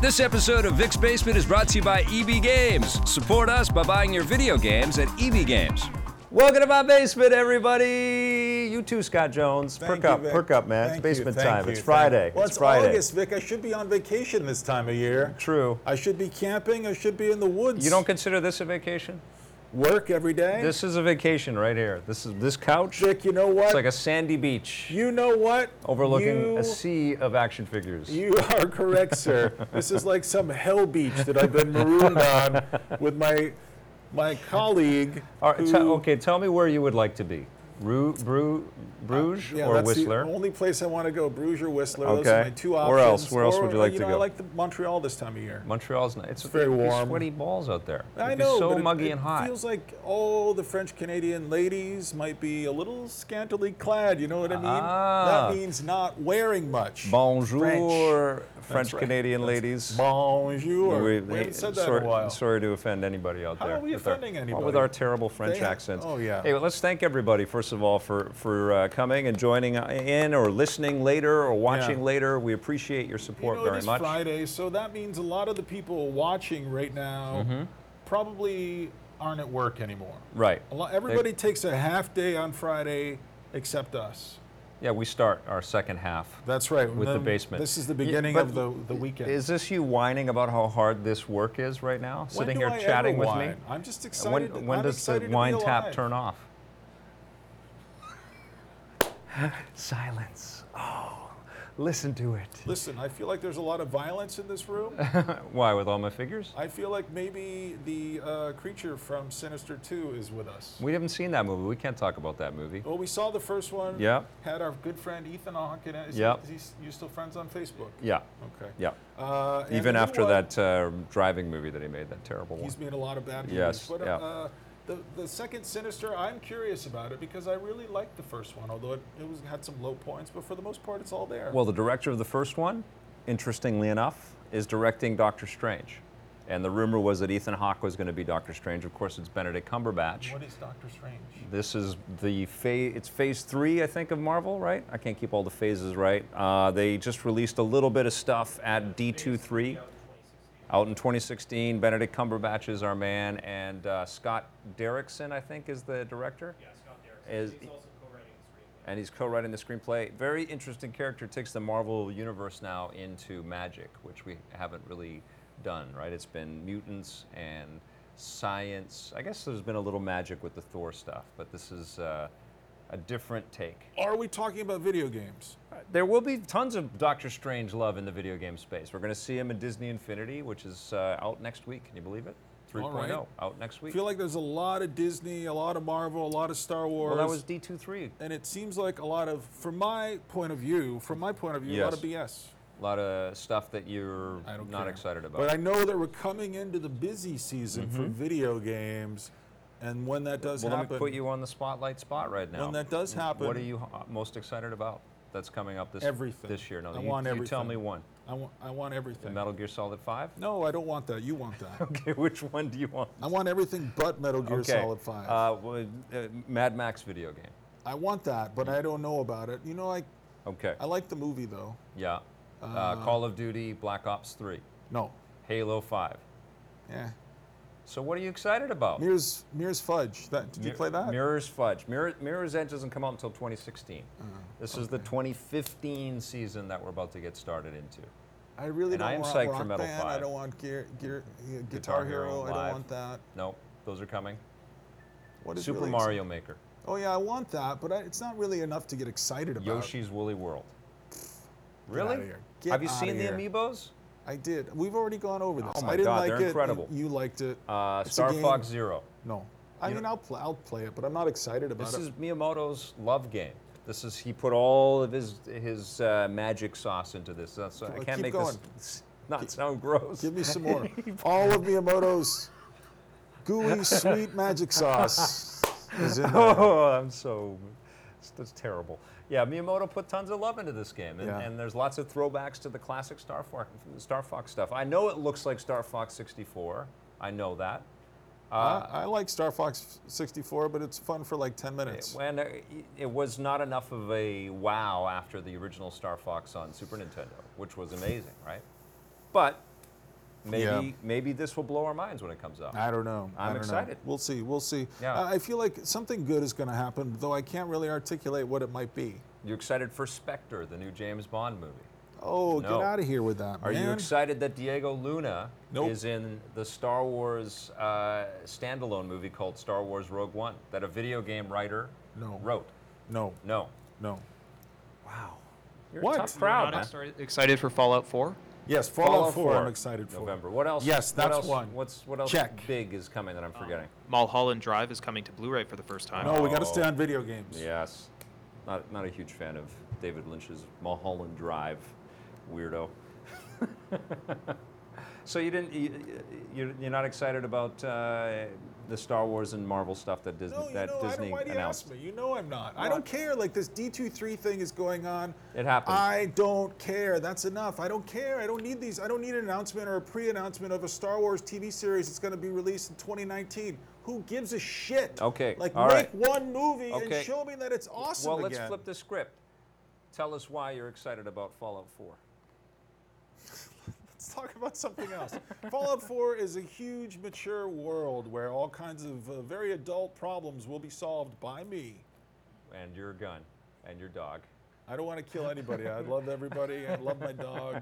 This episode of Vic's Basement is brought to you by EB Games. Support us by buying your video games at EB Games. Welcome to my basement, everybody. You too, Scott Jones. Thank perk up, you, Vic. perk up, man. Thank you, it's basement thank time. you, it's thank- Friday. Well, it's it's Friday. August, Vic. I should be on vacation this time of year. True. I should be camping. I should be in the woods. You don't consider this a vacation? work every day. This is a vacation right here. This is this couch. Vic, you know It's what? like a sandy beach you know what? overlooking you, a sea of action figures. You are correct, sir. this is like some hell beach that I've been marooned on with my my colleague. All right, who- te- okay, tell me where you would like to be. Ru- Bru- Bruges Yeah, or that's Whistler? the only place I want to go. Bruges or Whistler. Those Okay. are my two options. Where else? Where else Or, would you like to know, go? I like the Montreal this time of year. Montreal's nice. It's, very it'd be warm. Sweaty balls out there. I It'd know, Be so but it- muggy it and hot. Feels like all the French Canadian ladies might be a little scantily clad. You know what I mean? Ah. That means not wearing much. Bonjour, French, right. Canadian ladies. Bonjour. We- We, haven't said that sorry, in a while. sorry to offend anybody out How there. are we with our- offending well, anybody? with our terrible French They ha- accents. oh, yeah. Hey, well, let's thank everybody first of all for for uh, coming and joining in, or listening later, or watching Yeah. later. We appreciate your you support know, it very is much. Friday, so that means a lot of the people watching right now Mm-hmm. probably aren't at work anymore. Right. A lot, everybody takes a half day on Friday except us. Yeah, we start our second half. That's right. With the basement. This is the Yeah, beginning but of the, the weekend. Is this you whining about how hard this work is right now? When Sitting do here I ever chatting with me? whine? I'm just When, excited. when I'm does the excited to be wine tap alive. turn off? Silence. Oh, listen to it. Listen, I feel like there's a lot of violence in this room. Why, with all my figures? I feel like maybe the uh, creature from Sinister 2 is with us. We haven't seen that movie. We can't talk about that movie. Well, we saw the first one. Yep. Had our good friend Ethan Hawke in it. Is he- Yep. Is he, s- you still friends on Facebook? Yeah, Okay. yeah. Uh, and Even the new after one, that uh, driving movie that he made, that terrible one. He's made a lot of bad movies. Yes, But, yeah. uh, the, the second Sinister, I'm curious about it because I really liked the first one, although it, it was, had some low points, but for the most part, it's all there. Well, the director of the first one, interestingly enough, is directing Doctor Strange. And the rumor was that Ethan Hawke was going to be Doctor Strange. Of course, it's Benedict Cumberbatch. what is Doctor Strange? This is the phase. It's phase three, I think, of Marvel, right? I can't keep all the phases right. Uh, they just released a little bit of stuff at D23, out in 2016. Benedict Cumberbatch is our man, and uh, Scott Derrickson, I think, is the director. Yeah, Scott Derrickson. Is, he's also and he's co-writing the screenplay. Very interesting character. Takes the Marvel universe now into magic, which we haven't really done. Right? It's been mutants and science. I guess there's been a little magic with the Thor stuff, but this is uh, a different take. Are we talking about video games? Uh, There will be tons of Doctor Strange love in the video game space. We're going to see him in Disney Infinity, which is uh, out next week. Can you believe it? 3.0 right. out next week. I feel like there's a lot of Disney, a lot of Marvel, a lot of Star Wars. well, that was D23. and it seems like a lot of, from my point of view, from my point of view, a lot of BS. A lot of stuff that you're I don't not care. excited about. But I know that we're coming into the busy season for video games, and when that does Mm-hmm. Well, let happen, me put you on the spotlight spot right now. when that does What are happen, you ho- most excited about that's coming up this Everything. this year? No, you, I want you tell everything. me one. I want, I want everything. Metal Gear Solid Five. No, I don't want that. You want that. Okay, which one do you want? I want everything but Metal Gear okay. Solid 5. Uh, well, uh, Mad Max video game. I want that, but I don't know about it. You know, I, Okay. I like the movie, though. yeah. Uh, Call of Duty Black Ops Three, No. Halo Five. Yeah. So what are you excited about? Mirror's, Mirror's Fudge. That, did you Mir- play that? Mirror's Fudge. Mirror, Mirror's Edge doesn't come out until 2016. Uh-huh. this is the 2015 season that we're about to get started into. I really And don't I am want psyched for Rock Metal Band. I 5. don't want Gear, Gear, uh, Guitar Guitar, Hero Hero. I don't Live. want that. No, those are coming. What is Super really exci- Mario Maker, Oh yeah, I want that, but I, it's not really enough to get excited about. Yoshi's Woolly World. Really? outta here. Get Have you outta seen here. the amiibos? I did. We've already gone over this. Oh my I didn't God, like they're it. You- incredible. You, liked it. Uh, It's a Star game- Fox Zero. No. I You mean, I'll play. I'll play it, but I'm not excited about This it. is Miyamoto's love game. This is he put all of his his uh, magic sauce into this. That's, I on, can't keep make going. this not sound gross. Give me some more. All of Miyamoto's gooey sweet magic sauce is in there. Oh, I'm so. That's, that's terrible. Yeah, Miyamoto put tons of love into this game, and, Yeah. and there's lots of throwbacks to the classic Star Fox, Star Fox stuff. I know it looks like Star Fox 64. I know that. I, I like Star Fox 64, but it's fun for like 10 minutes. When uh, it was not enough of a wow after the original Star Fox on Super Nintendo, which was amazing, right? But maybe Yeah. Ah. maybe this will blow our minds when it comes out. I don't know. I'm I don't know. excited. We'll see. We'll see. Uh, Yeah. I I feel like something good is going to happen, though I can't really articulate what it might be. You're excited for Spectre, the new James Bond movie. Oh, No. get out of here with that, Are man. you excited that Diego Luna Nope. is in the Star Wars uh, standalone movie called Star Wars Rogue One that a video game writer No. wrote? No, No. no. Wow. You're What? a tough You're crowd, Not man. excited- excited for Fallout 4? Yes, Fallout, Fallout 4, 4, I'm excited for. November. What else? Yes, what that's else- one. What's what else? Check. Um, Big is coming that I'm forgetting. Mulholland Drive is coming to Blu-ray for the first time. No, we got to Oh. stay on video games. Yes, not not a huge fan of David Lynch's Mulholland Drive, weirdo. so you didn't you, you you're not excited about uh, the Star Wars and Marvel stuff that Disney No, you that know, I don't, Disney why do you announced? ask me? You know I'm not. I Well, don't care. Like this D23 thing is going on. It happens. I don't care. That's enough. I don't care. I don't need these. I don't need an announcement or a pre-announcement of a Star Wars TV series that's going to be released in 2019. Who gives a shit? Okay, Like all make right. one movie Okay. and show me that it's awesome well, let's again. flip the script. Tell us why you're excited about Fallout 4. Let's talk about something else. Fallout 4 is a huge, mature world where all kinds of uh, very adult problems will be solved by me. And your gun, and your dog. I don't want to kill anybody. I love everybody. I love my dog.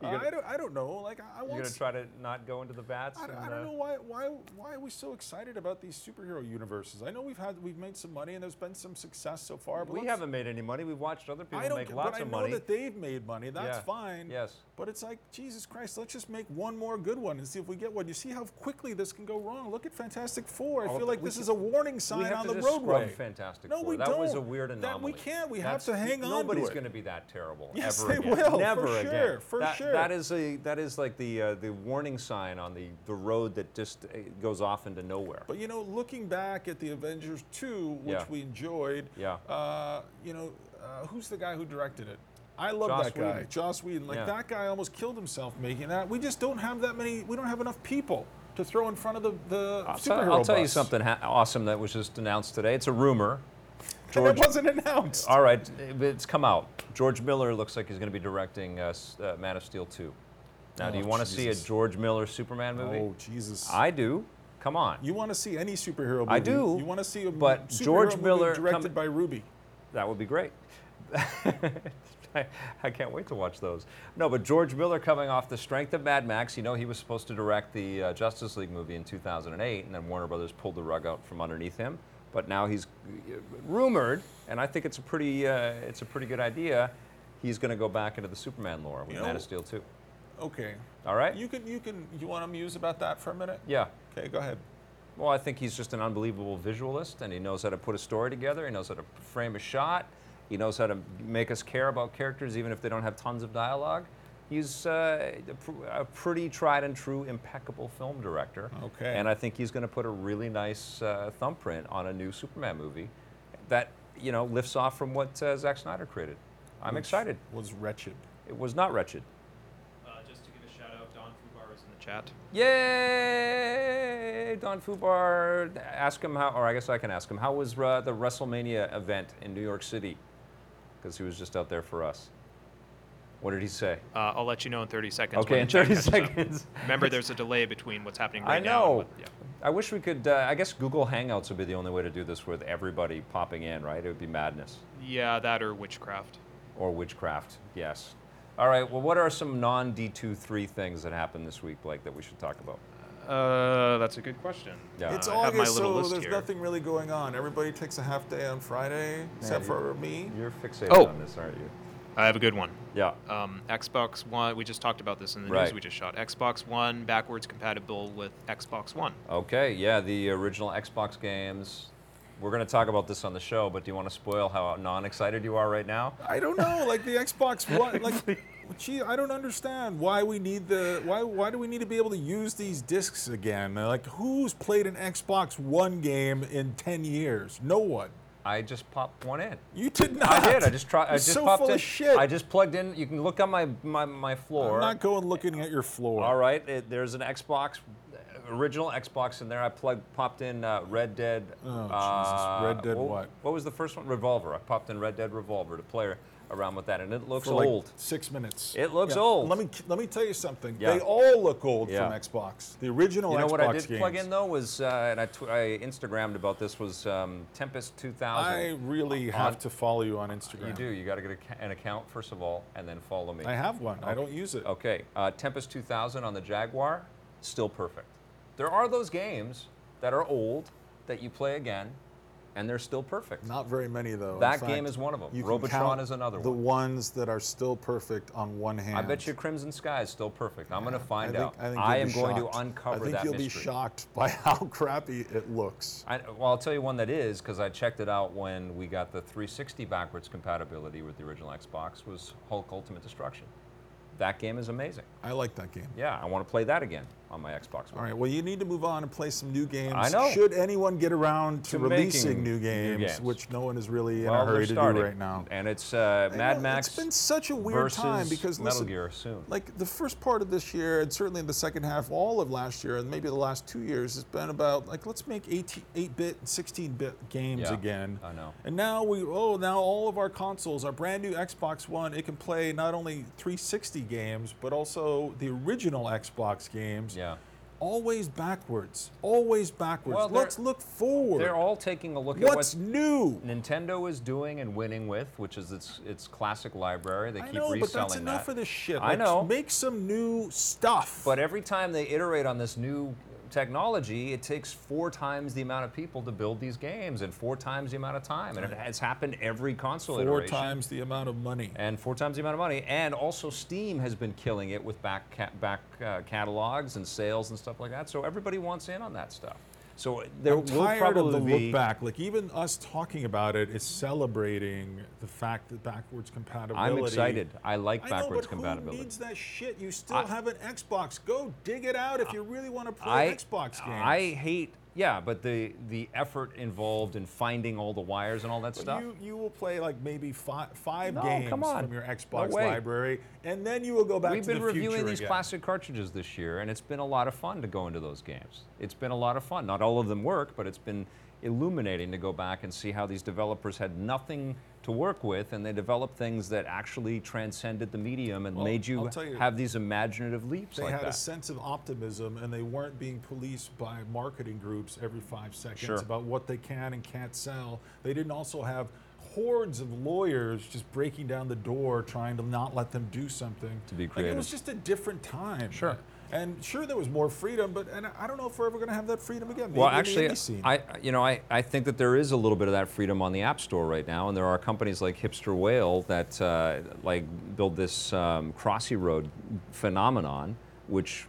You're gonna- I, don't, I don't know. Like I, I You're want. gonna s- try to not go into the bats. I, don't- I and, don't uh, know why, why why are we so excited about these superhero universes? I know we've had we've made some money and there's been some success so far. But We let's- haven't made any money. We've watched other people I don't. make ca- lots but I of know money. that they've made money. That's Yeah. fine. Yes. But it's like Jesus Christ. Let's just make one more good one and see if we get one. You see how quickly this can go wrong. Look at Fantastic Four. I Oh, feel like we this can- is a warning sign we have on to the just roadway. Scrub Fantastic No, Four. we that was a don't. weird That- anomaly. we can't. We have to hang on to Nobody's it. going to be that terrible Yes, ever they again. will, for Never again. sure, for that, sure. That is a that is like the uh, the warning sign on the the road that just uh, goes off into nowhere. But you know, looking back at the Avengers 2, which Yeah. we enjoyed, Yeah. uh, you know, uh, who's the guy who directed it? I love Joss that guy, Whedon. Joss Whedon. Like Yeah. that guy almost killed himself making that. We just don't have that many. We don't have enough people to throw in front of the the I'll, tell- superhero. I'll tell you bus. something ha- awesome that was just announced today. It's a rumor. And George, Oh, it wasn't announced. all right, it's come out. George Miller looks like he's going to be directing uh, s- uh, Man of Steel 2. Now, do Oh, you want to see a Jesus. George Miller Superman movie? oh Jesus! I do. Come on. you want to see any superhero movie? I do, You want to see a m- but superhero George movie Miller directed come- by Ruby? That would be great. I, I can't wait to watch those. No, but George Miller coming off the strength of Mad Max, you know, he was supposed to direct the uh, Justice League movie in 2008, and then Warner Brothers pulled the rug out from underneath him. But now he's uh, rumored, and I think it's a pretty, uh, it's a pretty good idea. He's going to go back into the Superman lore with You know- Man of Steel 2. Okay. All right? You can you can you want to muse about that for a minute? yeah. Okay, go ahead. Well, I think he's just an unbelievable visualist, and he knows how to put a story together. He knows how to frame a shot. He knows how to make us care about characters, even if they don't have tons of dialogue. He's uh, a pr- a pretty tried and true, impeccable film director. Okay. And I think he's going to put a really nice uh, thumbprint on a new Superman movie that you know lifts off from what uh, Zack Snyder created. I'm excited. Was wretched. It was not wretched. Uh, just to give a shout out, Don Fubar is in the chat. Yay! Don Fubar, ask him how, or I guess I can ask him, how was uh, the WrestleMania event in New York City? Because he was just out there for us. What did he say? Uh, I'll let you know in 30 seconds. Okay, when in the chat 30 catches up. seconds. Remember, there's a delay between what's happening right I now. and know. what- yeah. I wish we could, uh, I guess Google Hangouts would be the only way to do this with everybody popping in, right? It would be madness. yeah, that or witchcraft. Or witchcraft, yes. All right, well, what are some non D23 things that happened this week, Blake, that we should talk about? Uh, that's a good question. Yeah. It's Uh, I have my August, little so list there's here. nothing really going on. Everybody takes a half day on Friday, except you- for me. You're fixated Oh. on this, aren't you? I have a good one. Yeah. Um, Xbox One. We just talked about this in the news Right. we just shot. Xbox One backwards compatible with Xbox One. Okay, yeah, the original Xbox games. We're going to talk about this on the show, but do you want to spoil how non-excited you are right now? I don't know, like the Xbox One, like, gee, I don't understand why we need the why why do we need to be able to use these discs again? Like, who's played an Xbox One game in ten years? No one. I just popped one in. You did not. I did. I just tried. I You're just so popped full in. of shit. I just plugged in. You can look on my my, my floor. am not going looking at your floor. All right, it, there's an Xbox original Xbox in there. I plugged, popped in uh, Red Dead. Oh, Jesus. uh, Red Dead wha- what? What was the first one? Revolver. I popped in Red Dead Revolver to play around with that, and it looks for like old. six minutes. It looks old. Let me let me tell you something. Yeah. They all look old Yeah. from Xbox. The original You know Xbox what I did games. plug in though was, uh, and I, tw- I Instagrammed about this was um, Tempest 2000. I really have to follow you on Instagram. you do. You got to get a, ca- an account first of all, and then follow me. I have one. I don't use it. Okay, uh, Tempest 2000 on the Jaguar, still perfect. There are those games that are old that you play again, and they're still perfect. Not very many though. In That fact, game is one of 'em. you can Robotron count is another The one. ones that are still perfect on one hand. I bet you Crimson Sky is still perfect. I'm going to I find think, out. I, think I you'll am be going shocked. to uncover I think that you'll mystery. be shocked by how crappy it looks. I, well, I'll tell you one that is because I checked it out when we got the 360 backwards compatibility with the original Xbox was Hulk Ultimate Destruction. That game is amazing. I like that game. Yeah, I want to play that again on my Xbox. All One. right. Well, you need to move on and play some new games. I know. Should anyone get around to, To releasing making new new games, games. which no one is really in Well, a they're hurry to do starting, right now. and it's uh, Well, Mad Max It's been such a weird versus time because Metal listen, Gear soon. like the first part of this year, and certainly the second half, all of last year, and maybe the last two years, has been about like let's make 18, 8-bit and 16-bit games Yeah, again. I know. And now we oh now all of our consoles, our brand new Xbox One, it can play not only 360 games but also the original Xbox games. Yeah. Always backwards. Always backwards. Well, they're- let's look forward. They're all taking a look at What's what new? Nintendo is doing and winning with, which is its its classic library. They I keep know, reselling but that's enough that. of this shit. I Like, know. Make some new stuff. But every time they iterate on this new technology, it takes four times the amount of people to build these games and four times the amount of time. And it has happened every console four iteration. times the amount of money. And four times the amount of money. And also, Steam has been killing it with back, ca- back uh, catalogs and sales and stuff like that. So everybody wants in on that stuff. So there I'm will tired of probably the be. look back. Like even us talking about it is celebrating the fact that backwards compatibility. I'm excited. I like I know, backwards but compatibility. who needs that shit? You still I- have an Xbox. Go dig it out if you really want to play I, Xbox games. I hate, yeah, but the the effort involved in finding all the wires and all that stuff. You, you will play like maybe five, five No, games come on. from your Xbox No way. library, and then you will go back We've to been the reviewing future these again. classic cartridges this year, and it's been a lot of fun to go into those games. It's been a lot of fun. Not all of them work, but it's been illuminating to go back and see how these developers had nothing to work with, and they developed things that actually transcended the medium and made you, I'll tell you, have these imaginative leaps They like had that. a sense of optimism, and they weren't being policed by marketing groups every five seconds Sure. about what they can and can't sell. They didn't also have hordes of lawyers just breaking down the door trying to not let them do something. To be Like, it creative. was just a different time. Sure. And sure, there was more freedom, but and I I don't know if we're ever going to have that freedom again. Well, maybe in the actually, indie scene. I you know I, I think that there is a little bit of that freedom on the App Store right now, and there are companies like Hipster Whale that uh, like build this um, Crossy Road phenomenon, which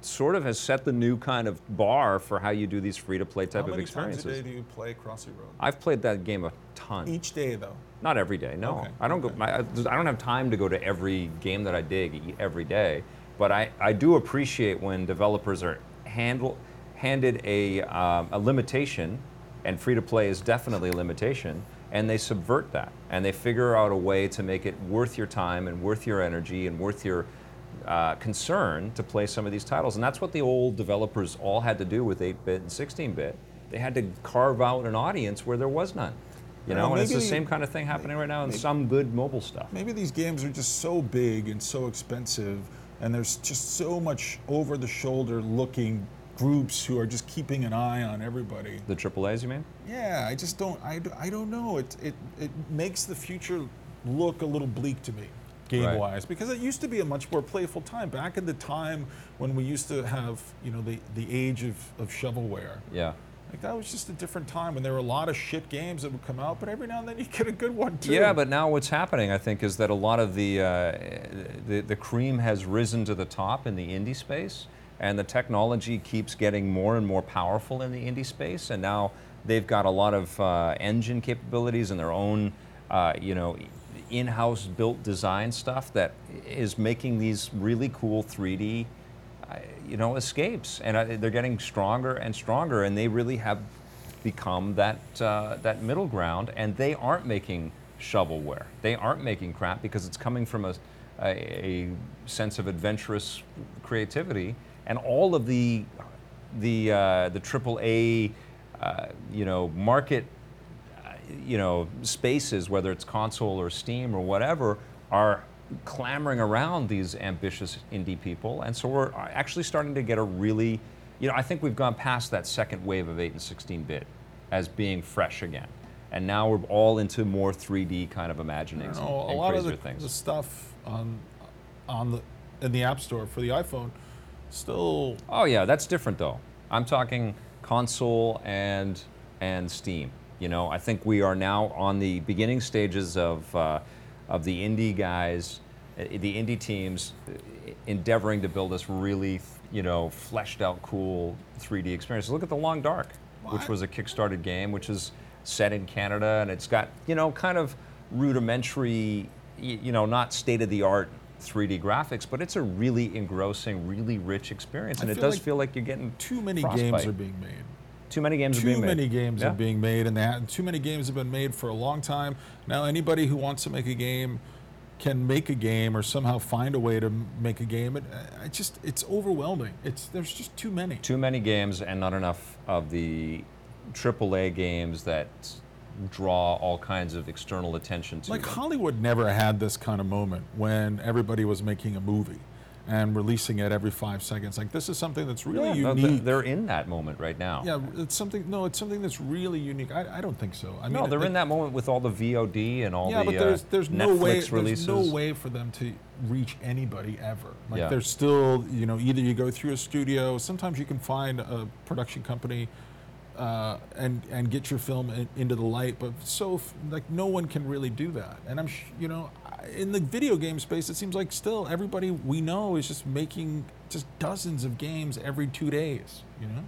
sort of has set the new kind of bar for how you do these free-to-play type How many of times a day experiences. do you play Crossy Road? I've played that game a ton. Each day, though. Not every day. No, Okay, I don't go. My, I I don't have time to go to every game that I dig e- every day. But I, I do appreciate when developers are handle, handed a, um, a limitation, and free to play is definitely a limitation, and they subvert that and they figure out a way to make it worth your time and worth your energy and worth your uh, concern to play some of these titles. And that's what the old developers all had to do with 8 bit and 16 bit. They had to carve out an audience where there was none. You Well, know, and it's the maybe- same kind of thing happening right now in some good mobile stuff. Maybe these games are just so big and so expensive, and there's just so much over the shoulder looking groups who are just keeping an eye on everybody. The AAAs, you mean? Yeah, I just don't, I, d- I don't know. It, it, it makes the future look a little bleak to me. Game wise, because it used to be a much more playful time. Back in the time when we used to have, you know, the, the age of, of shovelware, Yeah. like that was just a different time when there were a lot of shit games that would come out, but every now and then you get a good one too. Yeah, but now what's happening, I think, is that a lot of the, uh, the the cream has risen to the top in the indie space, and the technology keeps getting more and more powerful in the indie space, and now they've got a lot of uh, engine capabilities and their own, uh, you know, in-house built design stuff that is making these really cool uh, 3D I- you know, escapes, and I, they're getting stronger and stronger, and they really have become that uh, that middle ground, and they aren't making shovelware. They aren't making crap because it's coming from a, a, a sense of adventurous creativity, and all of the the uh, the AAA, uh, you know, market, uh, you know, spaces, whether it's console or Steam or whatever, are clamoring around these ambitious indie people, and so we're actually starting to get a really, you know, I think we've gone past that second wave of eight and sixteen bit as being fresh again. And now we're all into more 3D kind of imaginings know, and, a and lot of crazier the, things. the stuff on on the in the App Store for the iPhone still Oh yeah, that's different though. I'm talking console and and Steam. You know, I think we are now on the beginning stages of uh, of the indie guys, uh, the indie teams, uh, endeavoring to build this really, you know, fleshed out, cool 3D experience. Look at the Long Dark, which What? was a kickstarted game, which is set in Canada, and it's got you know kind of rudimentary, y- you know, not state of the art 3D graphics, but it's a really engrossing, really rich experience and I it feel does like feel like you're getting too many games Frostbite. are being made. too many games are Too being made. many games Yeah. are being made, and they ha- too many games have been made for a long time. Now, anybody who wants to make a game can make a game or somehow find a way to m- make a game. It, I just it's overwhelming. It's there's just too many. too many games and not enough of the AAA games that draw all kinds of external attention to Like them. Hollywood never had this kind of moment when everybody was making a movie and releasing it every five seconds. Like this is something that's really Yeah, no, unique. they're- they're in that moment right now. yeah, it's something. No, it's something that's really unique. I, I don't think so. I No, mean, they're like- in that moment with all the VOD and all Yeah, the but there's uh, there's Netflix no way releases. there's no way for them to reach anybody ever. Like Yeah. there's still you know either you go through a studio. Sometimes you can find a production company. Uh, and and get your film in, into the light, but so f- like no one can really do that. And I'm sh- you know I- in the video game space, it seems like still everybody we know is just making just dozens of games every two days. You know,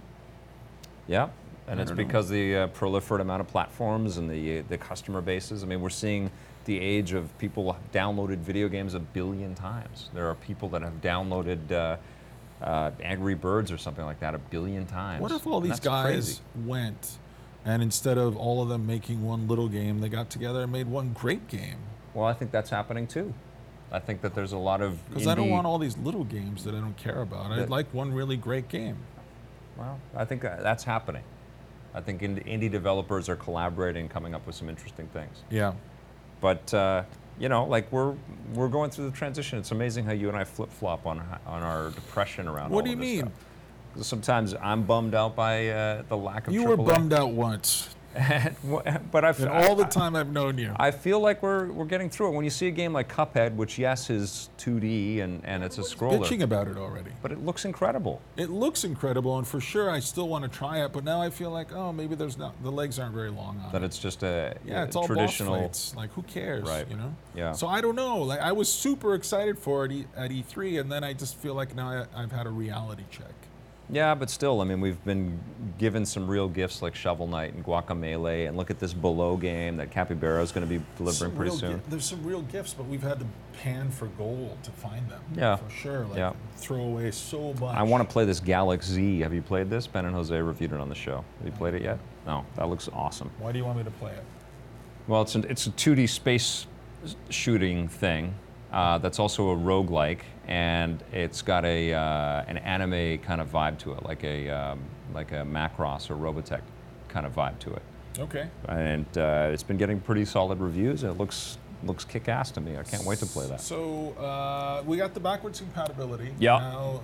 Yeah, and it's don't know. because the uh, proliferate amount of platforms and the uh, the customer bases. I mean, we're seeing the age of people have downloaded video games a billion times. There are people that have downloaded uh, uh, Angry Birds or something like that a billion times. What if all And these that's guys crazy. went and instead of all of them making one little game, they got together and made one great game? Well, I think that's happening too. I think that there's a lot of Because I don't indie- want all these little games that I don't care about. I'd That- like one really great game. Well, I think uh, that's happening. I think ind- indie developers are collaborating, coming up with some interesting things. Yeah. But uh, you know, like we're we're going through the transition. It's amazing how you and I flip flop on h- on our depression around. all What do you of this mean? stuff. 'Cause Sometimes I'm bummed out by uh, the lack of. You were AAA. bummed out once. but I f- And all the time I've known you. I feel like we're we're getting through it. When you see a game like Cuphead, which yes is 2D and, and it's a Bitching scroller, about it already. but it looks incredible. It looks incredible, and for sure I still want to try it. But now I feel like, oh, maybe there's not the legs aren't very long on That it. it's just a yeah, a it's all traditional. boss fights. Like, who cares? Right. You know. Yeah. So I don't know. Like, I was super excited for it e- at E3, and then I just feel like now I, I've had a reality check. Yeah, but still, I mean, we've been given some real gifts like Shovel Knight and Guacamelee, and look at this below game that Capybara is going to be delivering Some pretty real soon. gi- there's some real gifts, but we've had to pan for gold to find them. Yeah. For sure. Like, Yeah. throw away so much. I want to play this Galaxy. Have you played this? Ben and Jose reviewed it on the show. Have you played it yet? No. That looks awesome. Why do you want me to play it? Well, it's, an, it's a 2D space s- shooting thing uh, that's also a roguelike, and it's got a, uh, an anime kind of vibe to it, like a, um, like a Macross or Robotech kind of vibe to it. Okay. And uh, it's been getting pretty solid reviews. It looks, looks kick ass to me. I can't wait to play that. So uh, we got the backwards compatibility. Yeah. Now,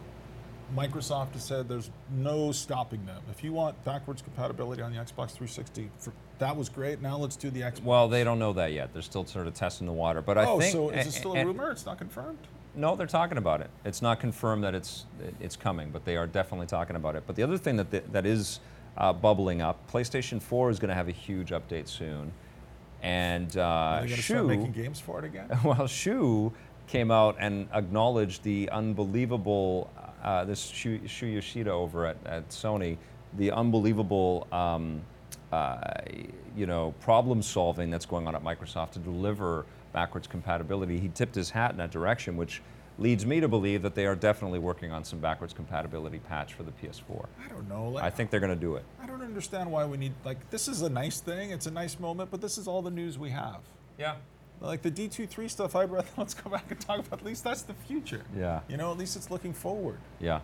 Microsoft has said there's no stopping them. If you want backwards compatibility on the Xbox 360, for, that was great. Now let's do the Xbox. Well, they don't know that yet. They're still sort of testing the water. But I oh, think. so is a- it still a- a rumor? It's not confirmed. No, they're talking about it. It's not confirmed that it's it's coming, but they are definitely talking about it. But the other thing that th that is uh, bubbling up, PlayStation 4 is going to have a huge update soon, and Are uh, they going to start making Shu, games for it again? well, Shu came out and acknowledged the unbelievable uh, this Shu, Shu Yoshida over at, at Sony, the unbelievable. Um, uh, you know, problem solving that's going on at Microsoft to deliver backwards compatibility. He tipped his hat in that direction, which leads me to believe that they are definitely working on some backwards compatibility patch for the PS4. I don't know. Like, I think they're going to do it. I don't understand why we need like this is a nice thing. It's a nice moment, but this is all the news we have. Yeah. Like the D23 stuff, I rather let's go back and talk about. At least that's the future. Yeah. You know, at least it's looking forward. Yeah.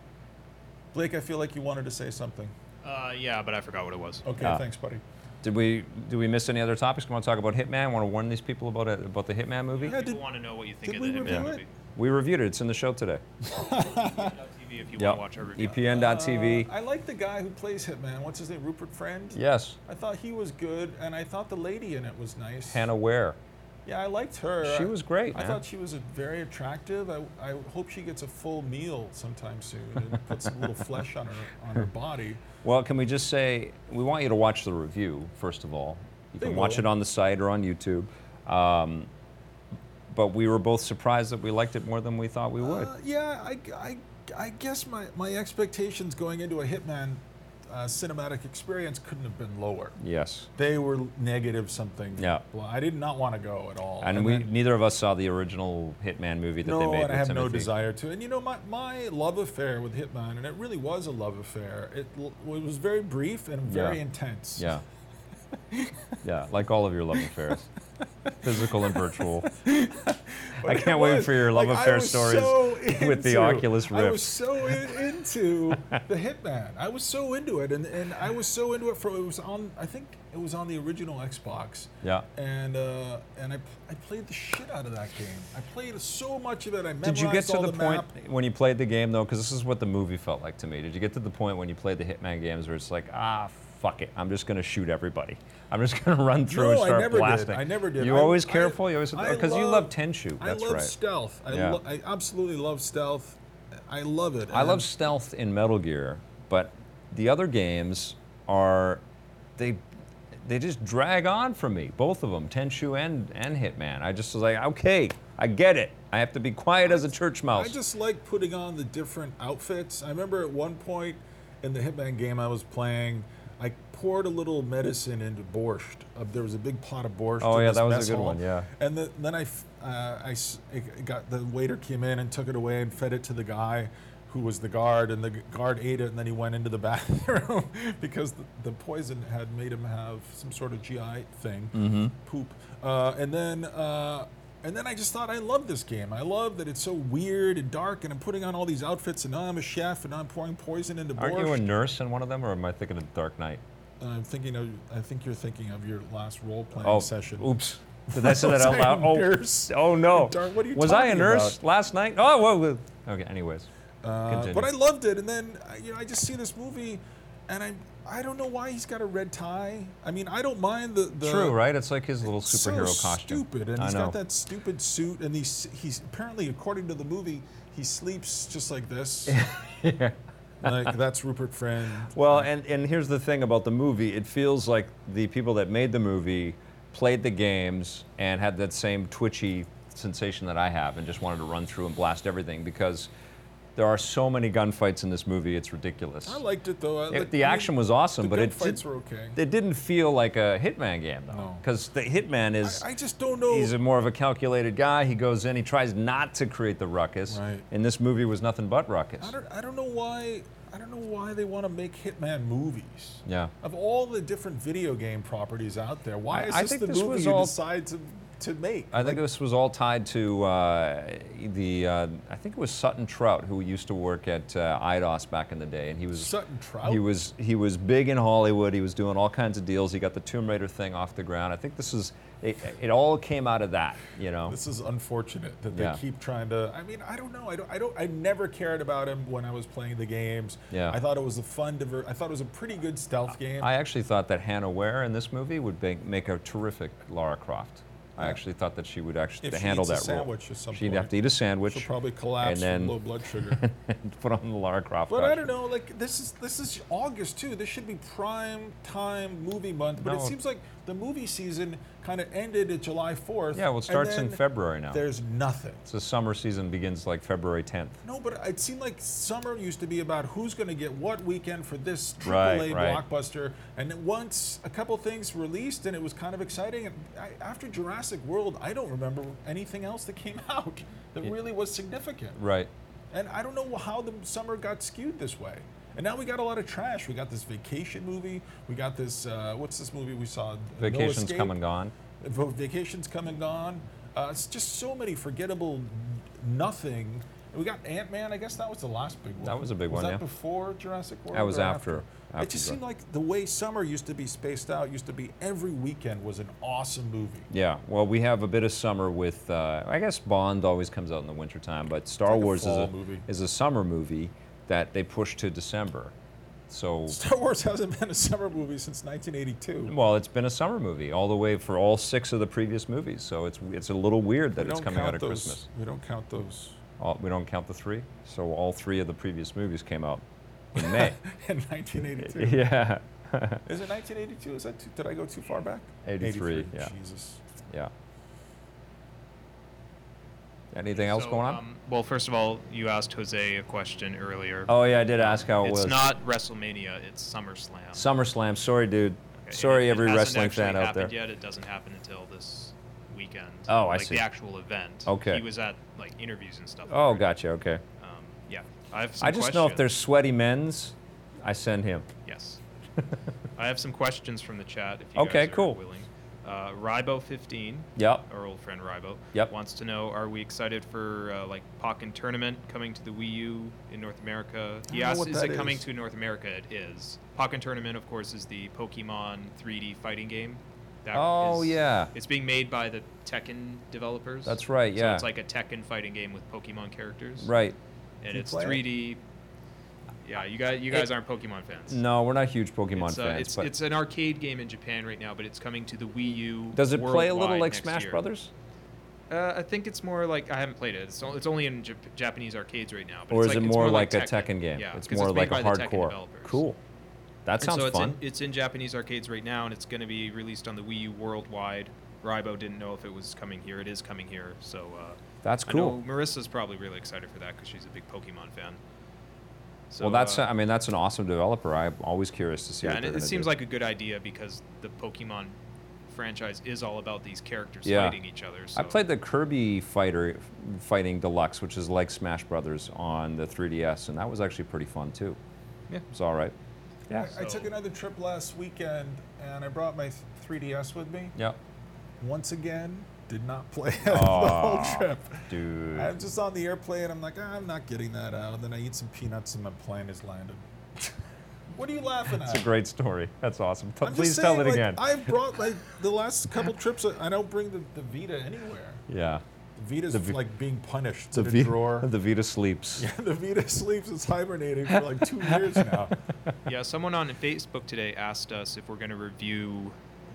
Blake, I feel like you wanted to say something. Uh, yeah, but I forgot what it was. Okay, Ah. thanks, buddy. Did we do we miss any other topics? Come on, talk about Hitman. Want to warn these people about it, about the Hitman movie? Yeah, People did- want to know what you think did of the we Hitman review it? movie. We reviewed it. It's in the show today. E TV if you Yep. want to watch our review. EPN.tv. I like the guy who plays Hitman. What's his name? Rupert Friend? yes. I thought he was good, and I thought the lady in it was nice. Hannah Ware. Yeah, I liked her. She I- was great, I man. thought she was a- very attractive. I, I hope she gets a full meal sometime soon and puts a little flesh on her on her body. Well, can we just say we want you to watch the review first of all. You They can watch will. it on the site or on YouTube. Um, but we were both surprised that we liked it more than we thought we would. Uh, yeah, I, I, I guess my, my expectations going into a Hitman uh, cinematic experience couldn't have been lower. yes. They were negative something. Yeah. Well, I did not want to go at all. And we then- neither of us saw the original Hitman movie that no, they made and with I have no Timothy. desire to. And you know, my, my love affair with Hitman, and it really was a love affair. It, l- it was very brief and very Yeah. intense. Yeah. yeah, like all of your love affairs, physical and virtual. I It can't wait was. for your love Like, I affair was stories so with the into- Oculus I Rift. was so in, into the Hitman. I was so into it, and, and I was so into it for it was on. I think it was on the original Xbox. Yeah. And uh, and I, I played the shit out of that game. I played so much of it. I memorized Did you get to all the, point map. when you played the game though? Because this is what the movie felt like to me. Did you get to the point when you played the Hitman games where it's like, ah, fuck it, I'm just gonna shoot everybody. I'm just gonna run through No, and I start never did. blasting. I never did. You I- always I- careful. You always I because you love love- Tenshu. That's I love right. stealth. I, Yeah. lo- I absolutely love stealth. I love it. I love and- stealth in Metal Gear, but the other games are they they just drag on for me. Both of them, Tenchu and and Hitman. I just was like, okay, I get it. I have to be quiet as a church mouse. I just like putting on the different outfits. I remember at one point in the Hitman game I was playing, I poured a little medicine into borscht. Uh, there was a big pot of borscht. Oh, in yeah, this that was a mess good hall. one, yeah. And the, then I, f- uh, I s- it got the waiter came in and took it away and fed it to the guy. Who was the guard? And the g- guard ate it, and then he went into the bathroom because the, the poison had made him have some sort of GI thing, Mm-hmm. poop. Uh, and then uh, and then I just thought, I love this game. I love that it's so weird and dark, and I'm putting on all these outfits, and now I'm a chef, and now I'm pouring poison into Aren't you a borscht. nurse in one of them, or am I thinking of Dark Knight? And I'm thinking of, I think you're thinking of your last role playing Oh, session. oops. Did I say Was that out I loud? a nurse? Oh, oh no. Darn, what are you was I a talking nurse last night? Oh, whoa, whoa. Okay. Anyways, Uh, Continue. but I loved it, and then I- you know I just see this movie, and I I don't know why he's got a red tie. I mean I don't mind the, the true, right? It's like his little so superhero costume. Stupid, and I he's know. got that stupid suit, and he's he's apparently according to the movie he sleeps just like this. Like that's Rupert Friend. Well, and, and here's the thing about the movie it feels like the people that made the movie played the games and had that same twitchy sensation that I have and just wanted to run through and blast everything because there are so many gunfights in this movie, it's ridiculous. I liked it though. I, It- like- the I mean, action was awesome, the but it, gunfights did, were okay. it didn't feel like a Hitman game, though. No. Because the Hitman is. I just don't know. He's a more of a calculated guy. He goes in, he tries not to create the ruckus. Right. And this movie was nothing but ruckus. I don't, I don't know why I don't know why they want to make Hitman movies. Yeah. Of all the different video game properties out there, why I- is I this think the this movie was you all- decide to to make? I think this was all tied to uh, the. Uh, I think it was Sutton Trout who used to work at uh, IDOS back in the day, and he was Sutton Trout. he was he was big in Hollywood. He was doing all kinds of deals. He got the Tomb Raider thing off the ground. I think this is it. It all came out of that, you know. This is unfortunate that they Yeah. keep trying to. I mean, I don't know. I don't. I don't. I never cared about him when I was playing the games. Yeah. I thought it was a fun. Diver- I thought it was a pretty good stealth game. I actually thought that Hannah Ware in this movie would make, make a terrific Lara Croft. I actually thought that she would actually If she handle eats a that role. sandwich at some She'd have point, to eat a sandwich. She'll probably and collapse then from low blood sugar. put on the Lara Croft. But I costume. don't know. Like this is this is August too. This should be prime time movie month. But No. it seems like the movie season kind of ended at July fourth. Yeah, well, it and starts in then February now. There's nothing. The summer season begins like February 10th. No, but it seemed like summer used to be about who's going to get what weekend for this AAA Right, right. blockbuster. And then once a couple things released, and it was kind of exciting. And I, after Jurassic World, I don't remember anything else that came out that really was significant. Right. And I don't know how the summer got skewed this way. And now we got a lot of trash. We got this vacation movie. We got this. Uh, what's this movie we saw? Vacation's Escape. come and gone. Vo- Vacation's come and gone. Uh, it's just so many forgettable nothing. We got Ant Man. I guess that was the last big one. That was a big one, that yeah. before Jurassic World? That was or after- after It just Jurassic- seemed like the way summer used to be spaced out used to be every weekend was an awesome movie. Yeah, well, we have a bit of summer with. Uh, I guess Bond always comes out in the wintertime, but Star like a Wars is fall a movie. is a summer movie that they push to December. So, Star Wars hasn't been a summer movie since 1982. well, it's been a summer movie all the way for all six of the previous movies. So it's it's a little weird that We it's don't coming out count at those- Christmas. We don't count those All, we don't count the three, so all three of the previous movies came out in May. in 1982. yeah, Is it 1982? Is that too, did I go too far back? 83, yeah. Jesus. yeah. Anything else So, going on? um, well, first of all, you asked Jose a question earlier. oh yeah, I did ask how it it's was. not WrestleMania. It's SummerSlam. SummerSlam. Sorry, dude. Okay, Sorry, it- it every hasn't wrestling actually fan out there. happened Yet it doesn't happen until this weekend. Oh, I like see. The actual event. Okay. He was at like interviews and stuff. Oh, already. gotcha. Okay. Um, yeah. I have. Some I just know if questions. there's sweaty men's, I send him. Yes. I have some questions from the chat if you Okay, guys are cool. willing. Uh, Ribo15, Yep. our old friend Ribo, Yep. wants to know: Are we excited for uh, like Pokken tournament coming to the Wii U in North America? don't He know asks, what "Is that it coming is. to North America?" It is. Pokken tournament, of course, is the Pokemon 3D fighting game. That Oh, is- yeah. It's being made by the Tekken developers. That's right, So yeah. it's like a Tekken fighting game with Pokemon characters. Right. And you it's play it? 3D. Yeah, you guys, you It- guys aren't Pokemon fans. No, we're not huge Pokemon It's, uh, fans. it's, but it's an arcade game in Japan right now, but it's coming to the Wii U. does it play a little worldwide like next Smash year. Brothers? Uh, I think it's more like I haven't played it. It's, o- it's only in Jap- Japanese arcades right now. But Or it's is like, it it's more, like, a Tekken. Tekken game? Yeah, it's 'cause more made like a by the Tekken hardcore. developers. Cool. That And sounds so it's fun. In, it's in Japanese arcades right now, and it's going to be released on the Wii U worldwide. Ribo didn't know if it was coming here. It is coming here, so uh, That's I cool. know Marissa's probably really excited for that because she's a big Pokemon fan. So, well, that's uh, I mean that's an awesome developer. I'm always curious to see. Yeah, what and they're it, it gonna seems do. like a good idea because the Pokemon franchise is all about these characters Yeah. fighting each other. So I played the Kirby Fighter Fighting Deluxe, which is like Smash Brothers on the 3DS, and that was actually pretty fun too. Yeah. It's all right. Yeah. I, I took So- another trip last weekend and I brought my 3DS with me. Yeah. Once again, did not play it the Aw. whole trip. Dude. I'm just on the airplane. I'm like, "Ah, I'm not getting that out. And then I eat some peanuts and my plane is landed. what are you laughing at? It's a great story. That's awesome. T- I'm just please saying, tell it like, again. I've brought like the last couple trips. I I don't bring the, the Vita anywhere. yeah. The Vita's The Vi- like being punished The, in a Vita- drawer. the Vita sleeps. Yeah, the Vita sleeps. It's hibernating for like two years now. yeah, someone on Facebook today asked us if we're going to review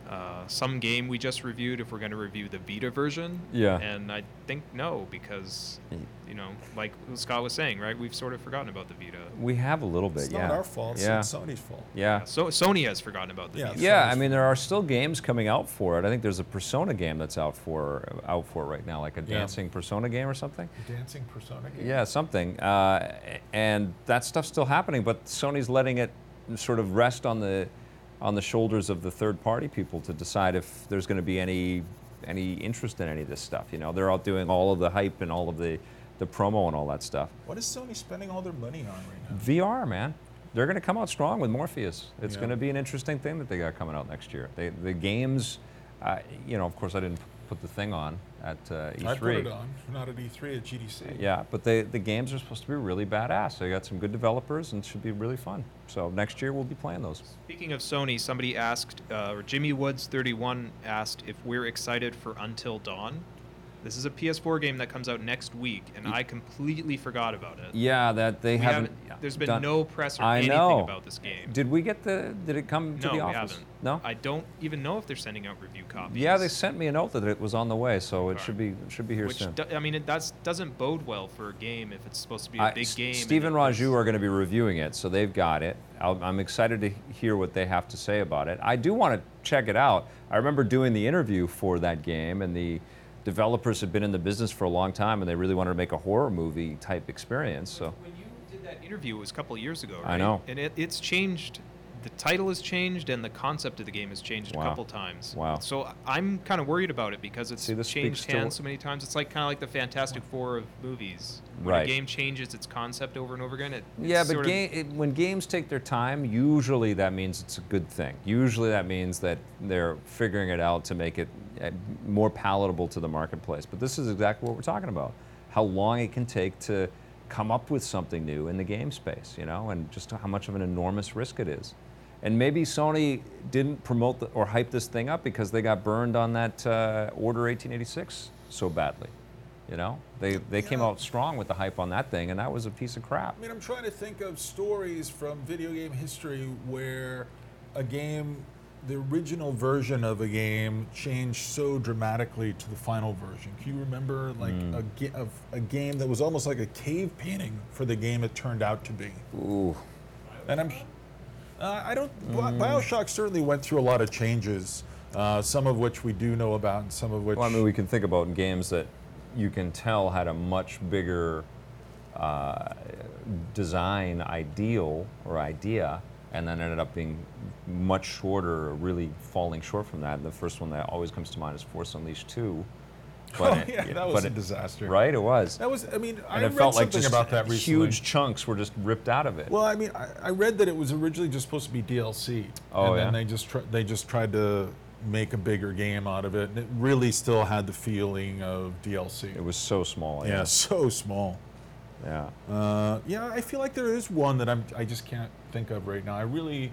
uh, some game we just reviewed, if we're going to review the Vita version. Yeah. And I think no, because, you know, like Scott was saying, right? We've sort of forgotten about the Vita. We have a little bit. It's yeah. not our fault. Yeah. It's Sony's fault. yeah. So Sony has forgotten about the Yeah. Vita. Yeah, I Sounds- mean there are still games coming out for it. I think there's a Persona game that's out for out for right now, like a Yeah. dancing Persona game or something. Dancing Persona game. Yeah, something. Uh, and that stuff's still happening, but Sony's letting it sort of rest on the on the shoulders of the third party people to decide if there's going to be any any interest in any of this stuff. You know, they're out doing all of the hype and all of the the promo and all that stuff. What is Sony spending all their money on right now? VR, man. They're going to come out strong with Morpheus. It's Yeah. going to be an interesting thing that they got coming out next year. They, the games, uh, you know, of course, I didn't p- put the thing on at uh, E3. I put it on. Not at E3, at GDC. Yeah, but they, the games are supposed to be really badass. They got some good developers and should be really fun. So next year we'll be playing those. Speaking of Sony, somebody asked, uh, or Jimmy Woods thirty one asked if we're excited for Until Dawn. This is a PS4 game that comes out next week, and I completely forgot about it. Yeah, that they we haven't. There's been done- no press or I anything know. about this game. Did we get the? Did it come to no, the we office? haven't. No. I don't even know if they're sending out review copies. yeah, they sent me a note that it was on the way, so it Alright. should be it should be here Which soon. do, I mean, it, that's doesn't bode well for a game if it's supposed to be a I- big S- game. and Steve and it was- Raju are going to be reviewing it, so they've got it. I'll, I'm excited to hear what they have to say about it. I do want to check it out. I remember doing the interview for that game, and the developers had been in the business for a long time, and they really wanted to make a horror movie type experience. So When you did that interview, it was a couple years ago, I right? know. And it, it's changed. The title has changed, and the concept of the game has changed Wow. a couple times. Wow. So I- I'm kind of worried about it because it's See, this changed speaks to hands wh- so many times. It's like kind of like the Fantastic Four of movies. When Right. a game changes its concept over and over again, it it's yeah, but sort of- game, it, when games take their time, usually that means it's a good thing. Usually that means that they're figuring it out to make it uh, more palatable to the marketplace. But this is exactly what we're talking about: how long it can take to come up with something new in the game space, you know, and just how much of an enormous risk it is. And maybe Sony didn't promote the, or hype this thing up because they got burned on that uh, Order 1886 so badly. You know, they, they came Yeah. out strong with the hype on that thing, and that was a piece of crap. I mean, I'm trying to think of stories from video game history where a game, the original version of a game, changed so dramatically to the final version. Can you remember like Hmm. a, ga- of a game that was almost like a cave painting for the game it turned out to be? Ooh. Hmm. And I'm, uh, I don't. Bi- Bioshock certainly went through a lot of changes, uh, some of which we do know about, and some of which. Well, I mean, we can think about in games that you can tell had a much bigger uh, design ideal or idea, and then ended up being much shorter, or really falling short from that. And the first one that always comes to mind is Force Unleashed 2. But oh, it- yeah, that but was a it- disaster. Right, it was. That was. I mean, I and it read felt like something just about that recently. huge chunks were just ripped out of it. Well, I mean, I, I read that it was originally just supposed to be DLC, Oh, and yeah? then they just tr- they just tried to make a bigger game out of it, and it really still had the feeling of DLC. it was so small. yeah, so small. Yeah. Uh, yeah, I feel like there is one that I'm I just can't think of right now. I really,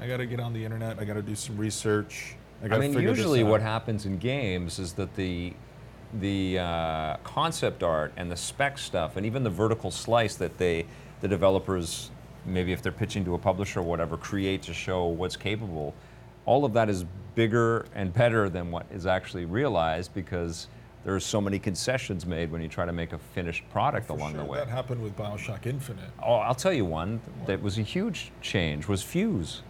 I got to get on the internet. I got to do some research. I, I gotta mean, figure this usually what out. happens in games is that the the uh, concept art and the spec stuff, and even the vertical slice that they the developers maybe if they're pitching to a publisher or whatever create to show what's capable, all of that is bigger and better than what is actually realized because there are so many concessions made when you try to make a finished product For along sure, the way. That happened with Bioshock Infinite. Oh, I'll tell you one that was a huge change was Fuse.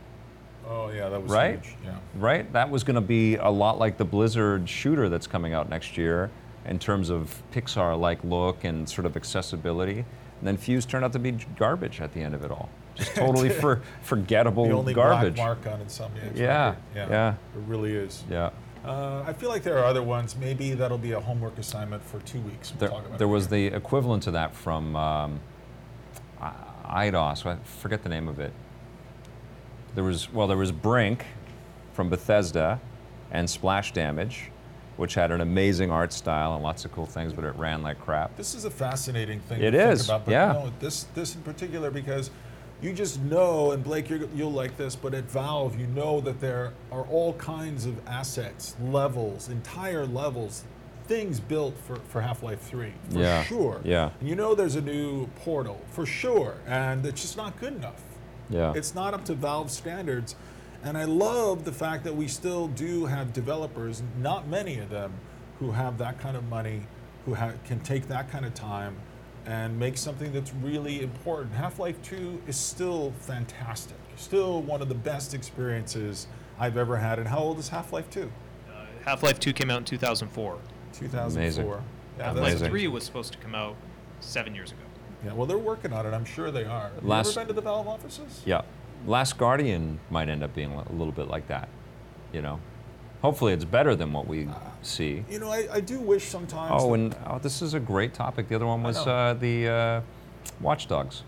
Oh yeah, that was Right? huge. Yeah. right? That was going to be a lot like the Blizzard shooter that's coming out next year in terms of Pixar like look and sort of accessibility. And then Fuse turned out to be j- garbage at the end of it all. Just totally for, forgettable The only garbage. black mark on Insomniac. Yeah, yeah, yeah. It really is. Yeah. Uh, I feel like there are other ones. Maybe that'll be a homework assignment for two weeks. We'll There, talk about there it. was the equivalent to that from um, I- IDOS. I forget the name of it. There was, well, there was Brink from Bethesda and Splash Damage, which had an amazing art style and lots of cool things, but it ran like crap. This is a fascinating thing. It to is, Think about, but yeah. No, this this in particular because you just know, and Blake, you're, you'll like this, but at Valve, you know that there are all kinds of assets, levels, entire levels, things built for, for Half-Life 3, for Yeah, sure. yeah. And you know there's a new portal, for sure, and it's just not good enough. Yeah. It's not up to Valve standards. And I love the fact that we still do have developers, not many of them, who have that kind of money, who ha- can take that kind of time and make something that's really important. Half Life 2 is still fantastic, still one of the best experiences I've ever had. And how old is Half Life 2? Half Life 2 came out in 2004. 2004. Amazing. Yeah, Half that's- Life Amazing. 3 was supposed to come out seven years ago. yeah, well, they're working on it. I'm sure they are. Have Last- you ever been to the Valve offices? Yeah. Last Guardian might end up being a little bit like that, you know. Hopefully, it's better than what Uh, we see. You know, I, I do wish sometimes. Oh, and oh, this is a great topic. The other one was know. uh, the uh, Watch Dogs,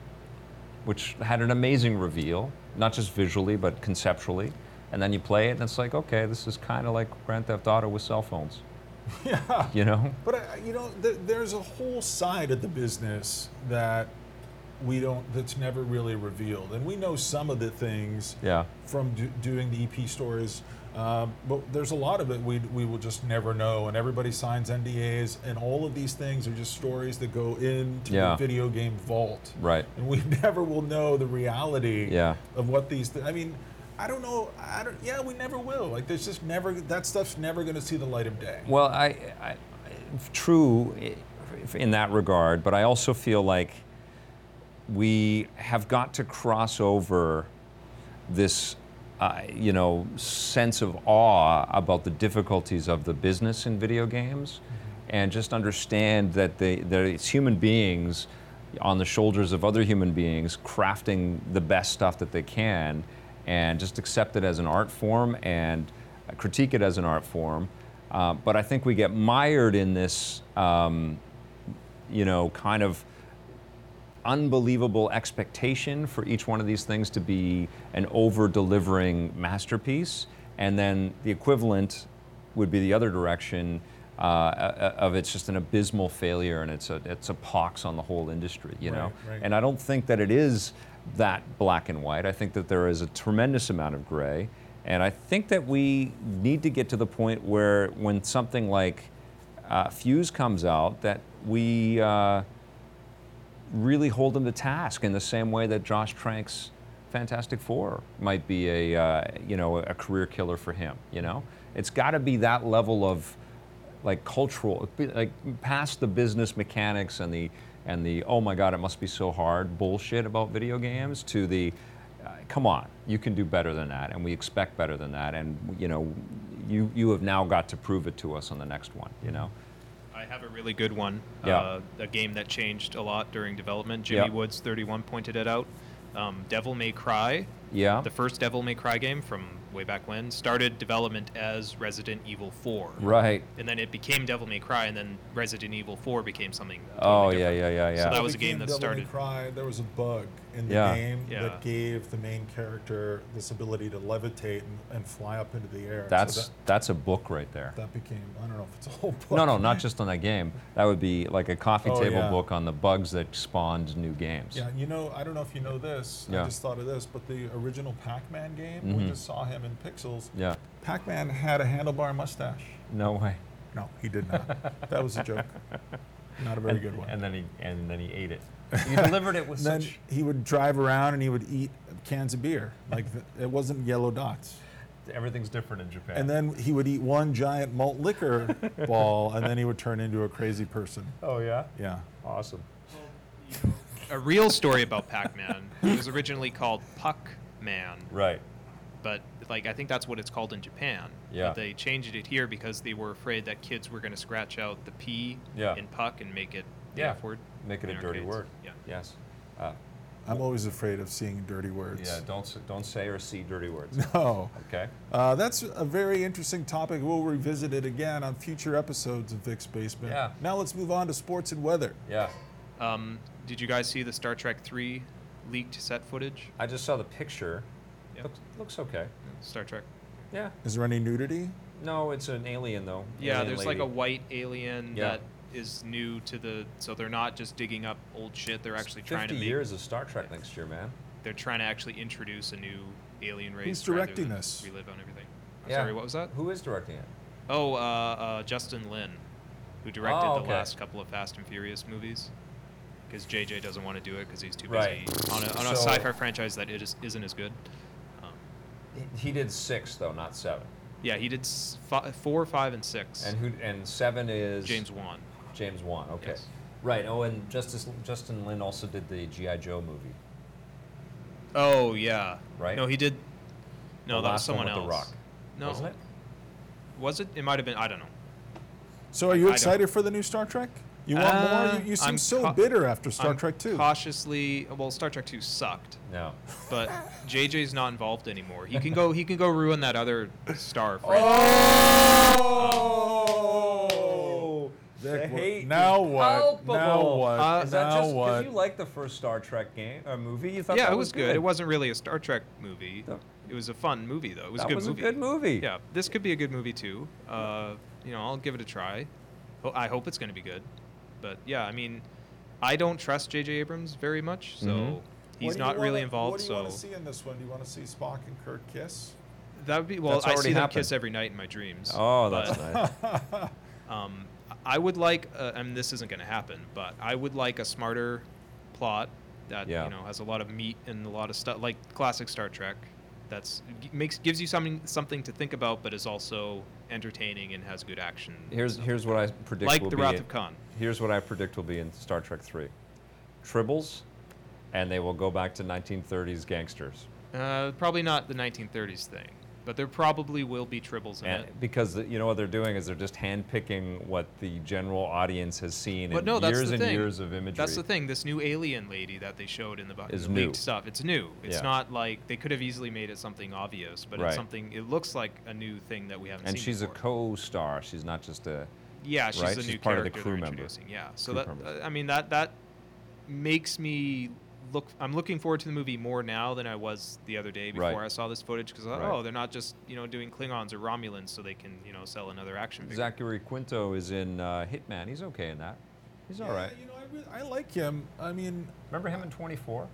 which had an amazing reveal, not just visually but conceptually. And then you play it, and it's like, okay, this is kind of like Grand Theft Auto with cell phones. Yeah. You know. But I, you know, th- there's a whole side of the business that we don't, that's never really revealed, and we know some of the things Yeah. from do, doing the EP stories. Um, but there's a lot of it we, we will just never know, and everybody signs NDAs, and all of these things are just stories that go into Yeah. the video game vault, Right. and we never will know the reality Yeah. of what these. Th- I mean, I don't know. I don't. Yeah, we never will. Like, there's just never that stuff's never going to see the light of day. Well, I, I true i- in that regard, but I also feel like we have got to cross over this, uh, you know, sense of awe about the difficulties of the business in video games, and just understand that they, that it's human beings on the shoulders of other human beings crafting the best stuff that they can, and just accept it as an art form and critique it as an art form. Uh, but I think we get mired in this, um, you know, kind of unbelievable expectation for each one of these things to be an over delivering masterpiece. And then the equivalent would be the other direction uh, a- a- of it's just an abysmal failure and it's a it's a pox on the whole industry, you know. right. And I don't think that it is that black and white. I think that there is a tremendous amount of gray, and I think that we need to get to the point where when something like uh, Fuse comes out, that we uh, really hold them to task in the same way that Josh Trank's Fantastic Four might be a uh, you know a career killer for him. You know, it's got to be that level of like cultural, like past the business mechanics and the and the oh my god, it must be so hard bullshit about video games to the uh, come on, you can do better than that, and we expect better than that, and you know, you you have now got to prove it to us on the next one. You know, I have a really good one. Yeah. Uh, a game that changed a lot during development. Jimmy Yeah. Woods 31 pointed it out. Um, Devil May Cry, yeah, the first Devil May Cry game from way back when, started development as Resident Evil 4. right. And then it became Devil May Cry, and then Resident Evil 4 became something. Oh totally yeah, different. yeah, yeah, yeah. So that was a became game that Devil May started- Cry, there was a bug in the Yeah. game Yeah. that gave the main character this ability to levitate and, and fly up into the air. So That's that, that's a book right there. that became I don't know if it's a whole book. No, no, not just on that game. That would be like a coffee Oh, table yeah. book on the bugs that spawned new games. Yeah, you know, I don't know if you know this. Yeah. Mm-hmm. I just thought of this, but the original Pac-Man game, we just saw him in Pixels. Yeah. Pac-Man had a handlebar mustache. No way. No, he did not. that was a joke. Not a very good one. And then he and then he ate it. He delivered it with then such. he would drive around and he would eat cans of beer. Like th- it wasn't yellow dots. Everything's different in Japan. And then he would eat one giant malt liquor ball, and then he would turn into a crazy person. oh yeah, Yeah. awesome. A real story about Pac Man. it was originally called Puck Man. Right. but like I think that's what it's called in Japan. Yeah. But they changed it here because they were afraid that kids were going to scratch out the P Yeah. in puck and make it the Yeah. F word. Make it in a dirty arcades. word. Yeah. Yes. Uh, I'm always afraid of seeing dirty words. yeah. Don't s- don't say or see dirty words. Oh, Okay. uh, that's a very interesting topic. We'll revisit it again on future episodes of Vic's Basement. Yeah. Now let's move on to sports and weather. Yeah. Um, did you guys see the Star Trek three leaked set footage? I just saw the picture. Yeah. Looks, looks okay. Star Trek. Yeah. Is there any nudity? No, it's an alien though. Yeah, Alien there's like lady. a white alien Yeah. that is new to the so they're not just digging up old shit. They're actually It's trying to 50 make, years of Star Trek next year, man. They're trying to actually introduce a new alien race. Who's rather directing than this? Relive on everything. I'm Sorry, what was that? Who is directing it? Oh, uh, uh, Justin Lin, who directed Oh, the okay. last couple of Fast and Furious movies. Because JJ doesn't want to do it because he's too busy Right. on a, on a So- sci-fi franchise that it is, isn't as good. Um, He- He did six though, not seven. yeah, he did s- fi- four, five, and six. And who? And seven is James Wan. James Wan. Okay. Yes. Right. Oh, and Justice Justin Lin also did the GI Joe movie. Oh yeah. Right? No, he did. No, The that last was one someone with The else. Rock, No. Wasn't it? Was it? It might have been. I don't know. So are I you don't- excited for the new Star Trek? You want Uh, more? You, you seem I'm so cau- bitter after Star I'm Trek 2. Cautiously, well, Star Trek Two sucked. No. but JJ's not involved anymore. He can go. He can go ruin that other star. franchise. Oh. Vic, wha- now is what? palpable. Now what? Uh, is that Now just what? you liked the first Star Trek game or movie? You thought Yeah, that it was good. It wasn't really a Star Trek movie. No. It was a fun movie though. It was That a good was a movie. good movie. Yeah, this could be a good movie too. Uh, you know, I'll give it a try. Ho- I hope it's going to be good. But yeah, I mean, I don't trust J.J. Abrams very much, so Mhm. What he's do you not really wanna- involved. What do you want so to see in this one? Do you want to see Spock and Kirk kiss? that would be well. That's I already see them happened. kiss every night in my dreams. Oh, that's but- nice. Um, I would like, uh, and this isn't going to happen, but I would like a smarter plot that Yeah. you know has a lot of meat and a lot of stuff, like classic Star Trek. That's g- makes gives you something something to think about, but is also entertaining and has good action. Here's here's what I predict like will the be Wrath it. of Khan. Here's what I predict will be in Star Trek 3. Tribbles, and they will go back to 1930s gangsters. Uh, probably not the 1930s thing, but there probably will be tribbles in And it. because the, you know what they're doing is they're just handpicking what the general audience has seen But in no, that's years the and thing. years of imagery. That's the thing. This new alien lady that they showed in the, bo- in Is the leaked new. stuff. It's new. It's Yeah. not like they could have easily made it something obvious, but Right. it's something. It looks like a new thing that we haven't And seen. she's a before. co-star. She's not just a. Yeah, she's right? a new She's part of the character crew they're member. introducing. Yeah. So Crew that member. uh, I mean that that makes me look. I'm looking forward to the movie more now than I was the other day before Right. I saw this footage because Right. oh, they're not just you know doing Klingons or Romulans so they can you know sell another action figure. Zachary Quinto is in uh, Hitman. He's okay in that. He's all right. You know, I, really, I like him. I mean, Remember him in 24?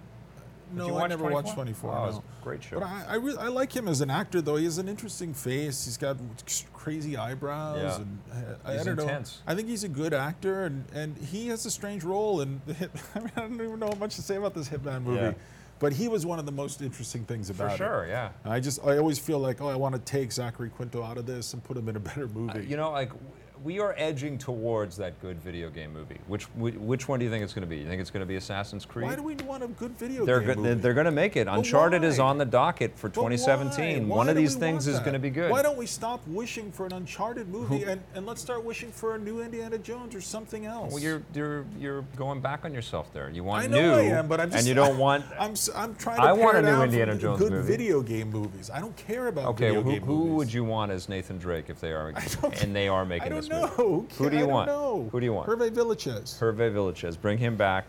no, you I watch never 24? watched 24. Oh, no. it's a great show. But I, I, really, I like him as an actor, though. He has an interesting face. He's got ex- crazy eyebrows, Yeah. and uh, I, I He's don't intense. know. I think he's a good actor, and, and he has a strange role. And the hit, I, mean, I don't even know much to say about this Hitman movie, Yeah. but he was one of the most interesting things For about it. sure, yeah. I just I always feel like oh I want to take Zachary Quinto out of this and put him in a better movie. Uh, You know, like w- we are edging towards that good video game movie. Which wh- which one do you think it's going to be? You think it's going to be Assassin's Creed? why do we want a good video they're game go- movie? they're going to make it. Uncharted is why? on the docket for But 2017. why? one Why of do these we things want is that? going to be good. Why don't we stop wishing for an Uncharted movie and, and let's start wishing for a new Indiana Jones or something else? well, you're you're you're going back on yourself there. You want I know new, I am, but I'm just. and you don't want. I'm, s- I'm trying to. I want pare a new down from Indiana the Jones good movie. video game movies. I don't care about okay, video who, game who movies. would you want as Nathan Drake if they are don't- and they are making I don't this know. movie? Who do you I don't want? Know. Who do you want? Hervé Villachez. Hervé Villachez. Bring him back.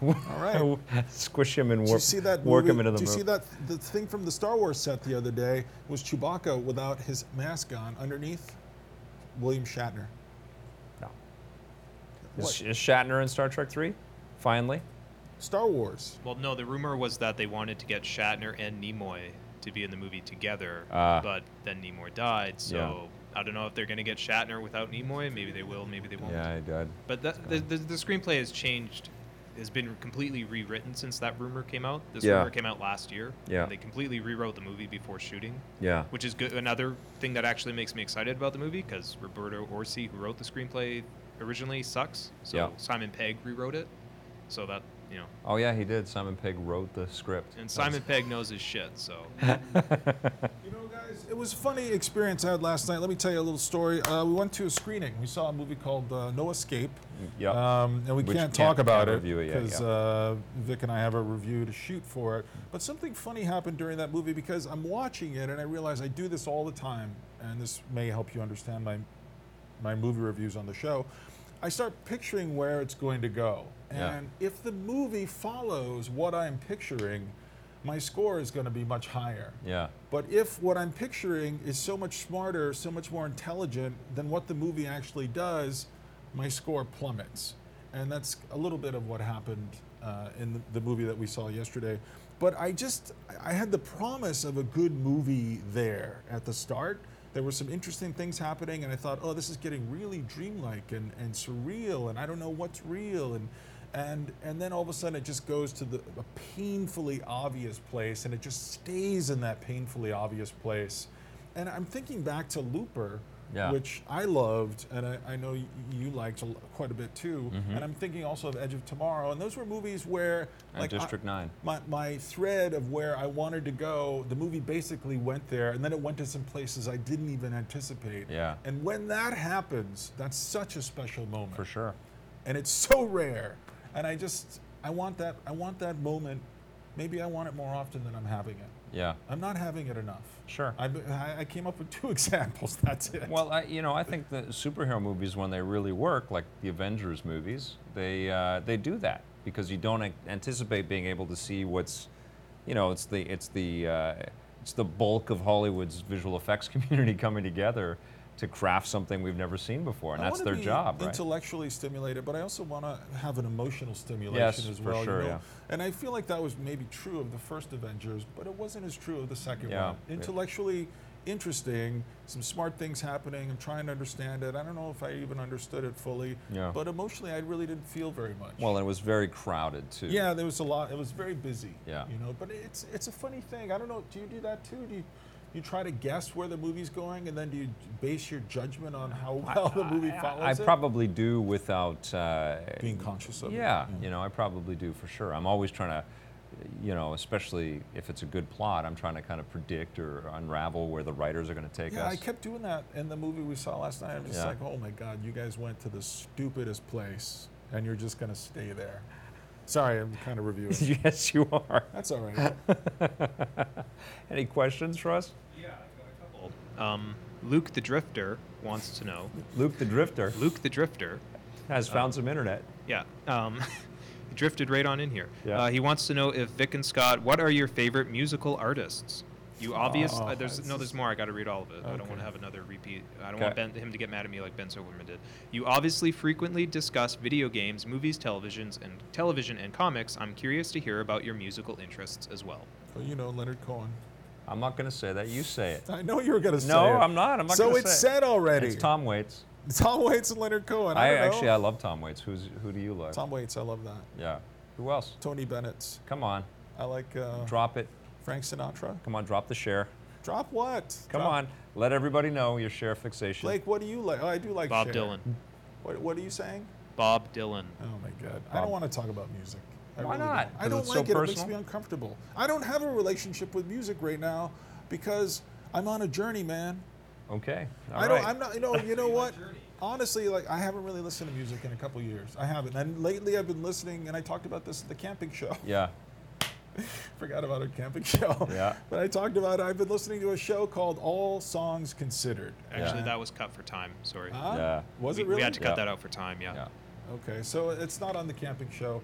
All right. Squish him and Did you work, see that work movie? him into the Did you movie. see that the thing from the Star Wars set the other day was Chewbacca without his mask on underneath? William Shatner. No. What? Is, Sh- is Shatner in Star Trek 3? Finally? Star Wars. Well, no, the rumor was that they wanted to get Shatner and Nimoy to be in the movie together, Ah. but then Nimoy died, so I don't know if they're going to get Shatner without Nimoy. Maybe they will, maybe they won't. Yeah, I did. But that, the, the, the screenplay has changed, has been completely rewritten since that rumor came out. This Yeah. rumor came out last year. Yeah. and They completely rewrote the movie before shooting, Yeah. which is good. Another thing that actually makes me excited about the movie because Roberto Orsi, who wrote the screenplay originally, sucks. So Yeah. Simon Pegg rewrote it. So that, you know. Oh, yeah, he did. Simon Pegg wrote the script. And Simon Pegg knows his shit, so You know, guys, it was a funny experience I had last night. Let me tell you a little story. Uh, we went to a screening. We saw a movie called uh, No Escape. Yep. Um, and we Which can't, can't- talk about can't it review it yet, yeah. uh, Vic and I have a review to shoot for it. But something funny happened during that movie because I'm watching it and I realize I do this all the time, and this may help you understand my my movie reviews on the show. I start picturing where it's going to go, Yeah. and if the movie follows what I'm picturing, my score is going to be much higher. Yeah. But if what I'm picturing is so much smarter, so much more intelligent than what the movie actually does, my score plummets. And that's a little bit of what happened uh, in the, the movie that we saw yesterday. But I just, I had the promise of a good movie there at the start. There were some interesting things happening, and I thought, oh, this is getting really dreamlike and, and surreal, and I don't know what's real. And, and and then all of a sudden it just goes to the a painfully obvious place and it just stays in that painfully obvious place and i'm thinking back to looper Yeah. which i loved and i, I know y- you liked a l- quite a bit too Mm-hmm. and i'm thinking also of edge of tomorrow and those were movies where And like I- District 9. my, my thread of where I wanted to go, the movie basically went there, and then it went to some places I didn't even anticipate. Yeah. And when that happens, that's such a special moment For sure. and it's so rare. And I just, I want that, I want that moment. Maybe I want it more often than I'm having it. Yeah. I'm not having it enough. Sure. I, I I came up with two examples. That's it. Well, I, you know, I think the superhero movies, when they really work, like the Avengers movies, they uh, they do that because you don't an- anticipate being able to see what's, you know, it's the it's the uh, it's the bulk of Hollywood's visual effects community coming together to craft something we've never seen before, and I that's wanna their be job, right? Intellectually stimulated, but I also want to have an emotional stimulation Yes, as for well. you sure, know? yeah. And I feel like that was maybe true of the first Avengers, but it wasn't as true of the second Yeah, one. yeah. Intellectually interesting, some smart things happening. I'm trying to understand it. I don't know if I even understood it fully, Yeah. but emotionally, I really didn't feel very much. Well, and it was very crowded too. Yeah, there was a lot. It was very busy. Yeah. You know, but it's it's a funny thing. I don't know. Do you do that too? Do you, you try to guess where the movie's going, and then do you base your judgment on how well the movie follows I, I it? probably do without. Uh, being conscious of yeah, it. you know, I probably do for sure. I'm always trying to, you know, especially if it's a good plot, I'm trying to kind of predict or unravel where the writers are going to take Yeah, us. I kept doing that in the movie we saw last night. I'm just Yeah. like, oh my god, you guys went to the stupidest place, and you're just gonna stay there. Sorry, I'm kind of reviewing. yes, you are. That's all right. Any questions for us? Um, Luke the Drifter wants to know. Luke the Drifter Luke the Drifter, has found some internet. yeah. Um, drifted right on in here. Yeah. Uh, he wants to know if Vic and Scott, what are your favorite musical artists? You obvious. Oh, uh, there's this no. There's more. I got to read all of it. I don't want Okay. to have another repeat. I don't Okay. want ben, him to get mad at me like Ben Silverman did. You obviously frequently discuss video games, movies, televisions, and television and comics. I'm curious to hear about your musical interests as well. Well, you know, Leonard Cohen. I'm not going to say that. You say it. I know you were going to say No, it. I'm not. I'm not So gonna it's say it. said already. It's Tom Waits. Tom Waits and Leonard Cohen. I, I, don't know. actually I love Tom Waits. Who's who do you like? Tom Waits, I love that. Yeah. Who else? Tony Bennett's. Come on, I like uh, drop it. Frank Sinatra. Come on, drop the share. Drop what? Come Drop- on, let everybody know your share fixation. Blake, what do you like? Oh, I do like Bob Cher. Dylan. What, what are you saying? Bob Dylan. Oh my God! I Bob- don't want to talk about music. I Why really not? don't. 'Cause I don't it's so like it. It personal? makes me uncomfortable. I don't have a relationship with music right now because I'm on a journey, man. Okay. All I don't. right. I'm not. You know. You know what? Honestly, like I haven't really listened to music in a couple years. I haven't, and lately I've been listening. And I talked about this at the camping show. Yeah. Forgot about our camping show. Yeah. But I talked about. I've been listening to a show called All Songs Considered. Actually, Yeah. that was cut for time. Sorry. Huh? Yeah. Ah, Was we, it really? we had to cut Yeah. that out for time. Yeah. Yeah. Okay, so it's not on the camping show.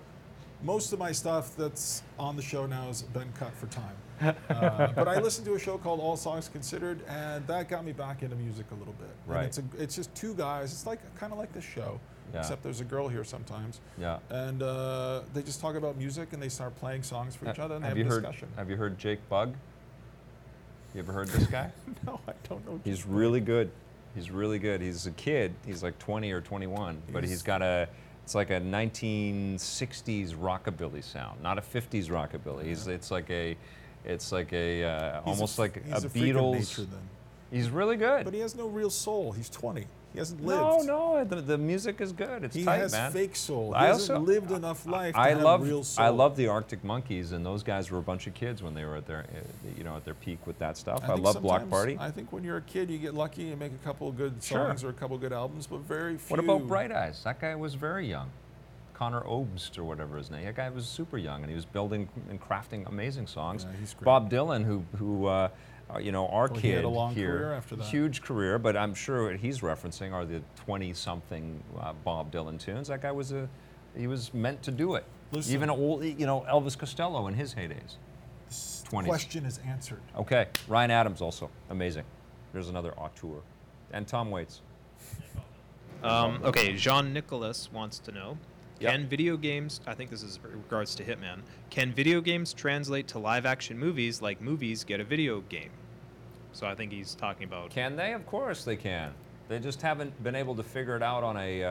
Most of my stuff that's on the show now has been cut for time. Uh, but I listened to a show called All Songs Considered, and that got me back into music a little bit. And Right. it's, a, it's just two guys. It's like kind of like this show, Yeah. except there's a girl here sometimes. Yeah. And uh, they just talk about music, and they start playing songs for each other, and have they you have a heard? discussion. Have you heard Jake Bug? You ever heard this guy? no, I don't know. He's really good. He's really good. He's a kid. He's like 20 or 21, but he's got a. It's like a 1960s rockabilly sound, not a 50s rockabilly. He's, it's like a, it's like a uh, He's almost a, like a, he's a freak of Beatles. nature, then. He's really good. But he has no real soul. He's 20. He hasn't lived. no, no, the, the music is good. It's He tight, has man. fake soul. He I hasn't also- lived enough life. I to have love real soul. I love the Arctic Monkeys, and those guys were a bunch of kids when they were at their uh, you know at their peak with that stuff. I, think love Block sometimes- Party. I think when you're a kid, you get lucky and make a couple of good Sure. songs or a couple of good albums, but very few. what about Bright Eyes? That guy was very young. Connor Obst or whatever his name. That guy was super young, and he was building and crafting amazing songs. Yeah, he's great. Bob Dylan, who who. Uh, uh, you know, our Well, kid he had a long here, career after that. huge career, but I'm sure what he's referencing are the 20-something uh, Bob Dylan tunes. That guy was a, he was meant to do it. Listen. Even old, you know, Elvis Costello in his heydays. 20s. Question is answered. Okay, Ryan Adams also amazing. There's another auteur, and Tom Waits. Um, okay, Jean Nicholas wants to know Yeah. Can video games, I think this is in regards to Hitman, can video games translate to live action movies like movies get a video game? So I think he's talking about. Can they? Of course they can. They just haven't been able to figure it out on a uh,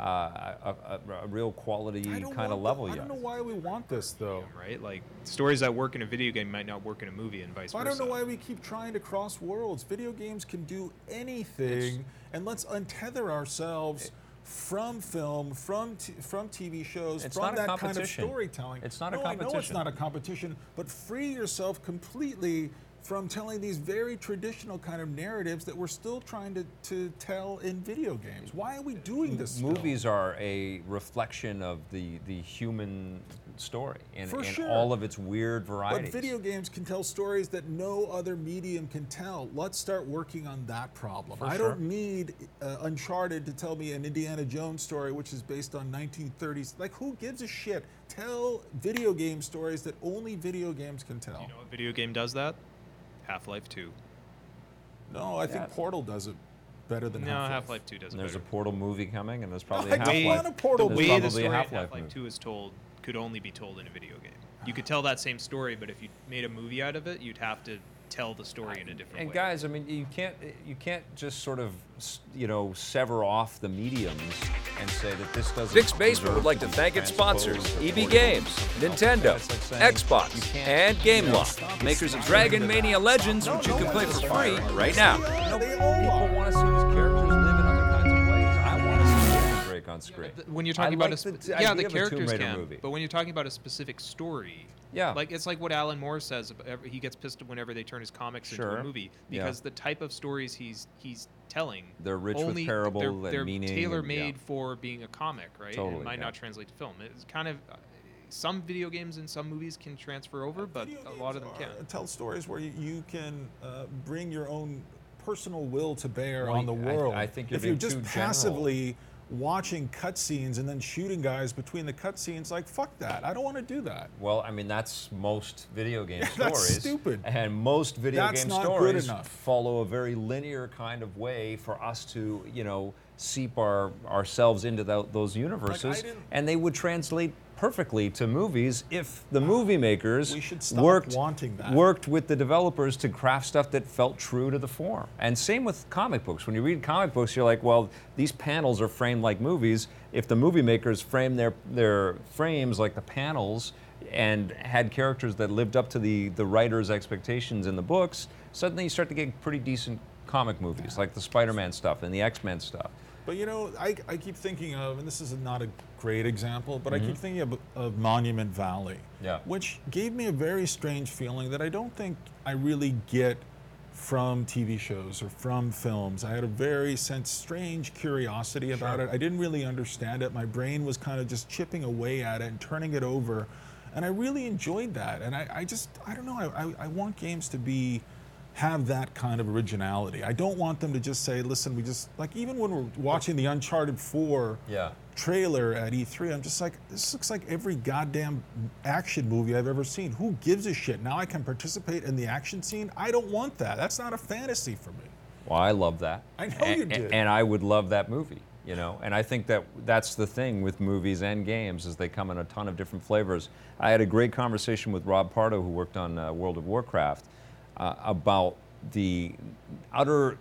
uh, a, a, a real quality I don't kind of want level the- yet. I don't know why we want this, though. Right? Like, stories that work in a video game might not work in a movie and vice I versa. don't know why we keep trying to cross worlds. Video games can do anything, and let's untether ourselves from film, from t- from TV shows, It's not from a that kind of competition. storytelling. It's not a no, I know it's competition. not a competition, but free yourself completely from telling these very traditional kind of narratives that we're still trying to, to tell in video games. Why are we doing this? still? Movies are a reflection of the the human story and, For and sure. all of its weird varieties. But video games can tell stories that no other medium can tell. Let's start working on that problem. I sure. don't need uh, Uncharted to tell me an Indiana Jones story, which is based on 1930s. Like, who gives a shit? Tell video game stories that only video games can tell. You know what video game does that? Half Life 2. no, I think Yeah. Portal does it better than No, Half Half-Life. Life 2 does And it. there's a better. Portal movie coming, and there's probably I a don't Half-Life. want a Portal there's movie. way the probably story a in Half-Life, Half-Life movie. 2 is told could only be told in a video game. You could tell that same story, but if you made a movie out of it, you'd have to tell the story in a different And way. guys, I mean, you can't you can't just sort of s- you know sever off the mediums and say that this doesn't. Dick's Basement would like to deserve thank its transposed sponsors, or EB ported. Games, No, Nintendo, that's like saying you Xbox, can't- and stop GameLoft, it, makers stop of it. Dragon Mania Legends, which you no can play one for is free fired. right now. Yeah, they People all are. want to see these characters live in other kinds of ways. I want to see Nathan Drake on screen. Th- when you're I talking about like a spe- the t- yeah, idea the of a Tomb characters Raider can, movie. but when you're talking about a specific story, Yeah. like it's like what Alan Moore says. ab- ev- He gets pissed whenever they turn his comics into Sure. a movie Yeah. because the type of stories he's he's telling They're rich with only, parable they're, and they're meaning and- yeah. tailor made for being a comic, right? And Totally, it might yeah. not translate to film. It's kind of uh, some video games and some movies can transfer over, but Video a games lot of them are- can't. Uh, Tell stories where you, you can uh, bring your own personal will to bear Well, on the I- world. I think you're if you're being just too general. passively watching cutscenes and then shooting guys between the cutscenes. Like, fuck that. I don't want to do that. Well, I mean, that's most video game That's stories. stupid. And most video That's game not good stories enough. follow a very linear kind of way for us to, you know, seep our, ourselves into tho- those universes. didn't- and they would translate perfectly to movies if the movie makers We should stop worked, wanting that. worked with the developers to craft stuff that felt true to the form. And same with comic books. When you read comic books, you're like, well, these panels are framed like movies. If the movie makers frame their, their frames like the panels and had characters that lived up to the, the writer's expectations in the books, suddenly you start to get pretty decent comic movies, like the Spider-Man stuff and the X-Men stuff. But you know, I, I keep thinking of, and this is not a great example, but I keep thinking of, of Monument Valley, Mm-hmm. Yeah. which gave me a very strange feeling that I don't think I really get from TV shows or from films. I had a very sense strange curiosity about it. I didn't really understand it. My brain was kind of just chipping away at it and turning it over. And I really enjoyed that. And I, I just, I don't know, I, I, I want games to be have that kind of originality. I don't want them to just say, listen, we just like even when we're watching the Uncharted 4 Yeah. trailer at E3, I'm just like, this looks like every goddamn action movie I've ever seen. Who gives a shit? Now I can participate in the action scene. I don't want that. That's not a fantasy for me. Well, I love that. I know and, you did. And I would love that movie, you know. And I think that that's the thing with movies and games is they come in a ton of different flavors. I had a great conversation with Rob Pardo, who worked on uh, World of Warcraft, uh, about the utter